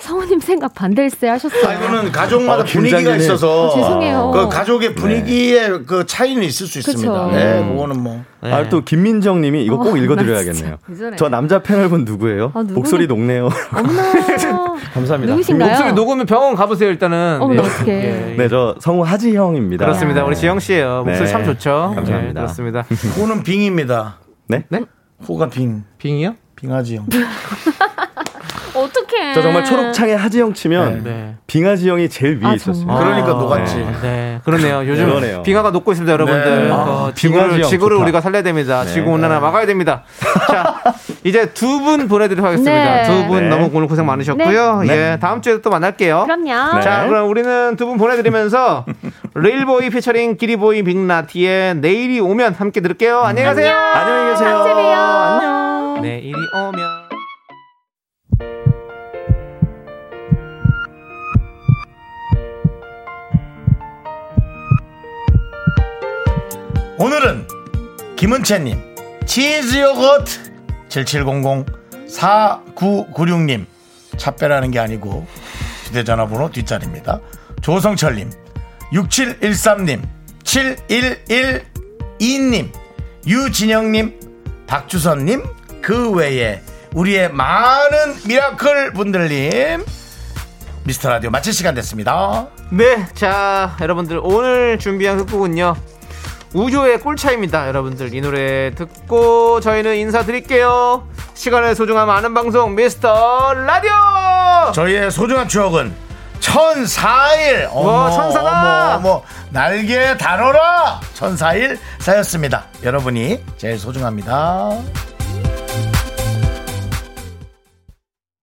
성우님 생각 반댈세 하셨어요.
아, 이거는 가족마다
어,
분위기가
굉장히-
있어서
아, 죄송해요.
그 가족의 분위기에 그 차이는 있을 수 있습니다.
그쵸.
예,
음.
그거는 뭐
네.
아, 또 김민정 님이 이거
어,
꼭
나
읽어드려야겠네요.
진짜 예전에.
저 남자 패널분 누구예요?
아, 누구는-
목소리 녹네요.
어머나
감사합니다.
누구신가요?
목소리 녹으면 병원 가보세요 일단은.
아. 어머,
예.
어떡해.
예.
네, 저 성우 하지 형입니다.
그렇습니다. 우리 지영 씨예요. 목소리
네.
참 좋죠.
감사합니다.
예, 그렇습니다.
호는 빙입니다.
네?
호가 빙,
빙이요?
빙하지 형.
어떡해.
저 정말 초록창에 하지 형 치면
네.
빙하지 형이 제일 위에
아,
있었어요.
정말.
그러니까
아,
녹았지.
네. 네, 그러네요. 요즘
그러네요.
빙하가 녹고 있습니다, 여러분들.
네.
어,
아,
지구를,
빙하지형
지구를
좋다.
우리가 살려야 됩니다.
네.
지구 온난화 막아야 됩니다. 자, 이제 두 분 보내드리도록 하겠습니다.
네.
두 분
네.
너무 오늘 고생 많으셨고요. 예, 다음 주에도 또 만날게요.
그럼요.
네.
자, 그럼 우리는 두 분 보내드리면서 레일보이 피처링 기리보이 빅나티의 내일이 오면 함께 들을게요. 안녕히 가세요.
네. 음. 안녕히 계세요.
안녕. 내일이 오면.
오늘은 김은채님, 치즈요거트 7700-4996님, 차빼라는 게 아니고 휴대전화번호 뒷자리입니다. 조성철님, 6713님, 7112님, 유진영님, 박주선님, 그 외에 우리의 많은 미라클 분들님, 미스터 라디오 마칠 시간 됐습니다.
네, 자 여러분들 오늘 준비한 흑곡은요 우조의 꿀차입니다. 여러분들 이 노래 듣고 저희는 인사드릴게요. 시간의 소중함 아는 방송 미스터 라디오.
저희의 소중한 추억은 천사일 어머
천사다!
어머 어머 날개 달아라 천사일 사였습니다 여러분이 제일 소중합니다.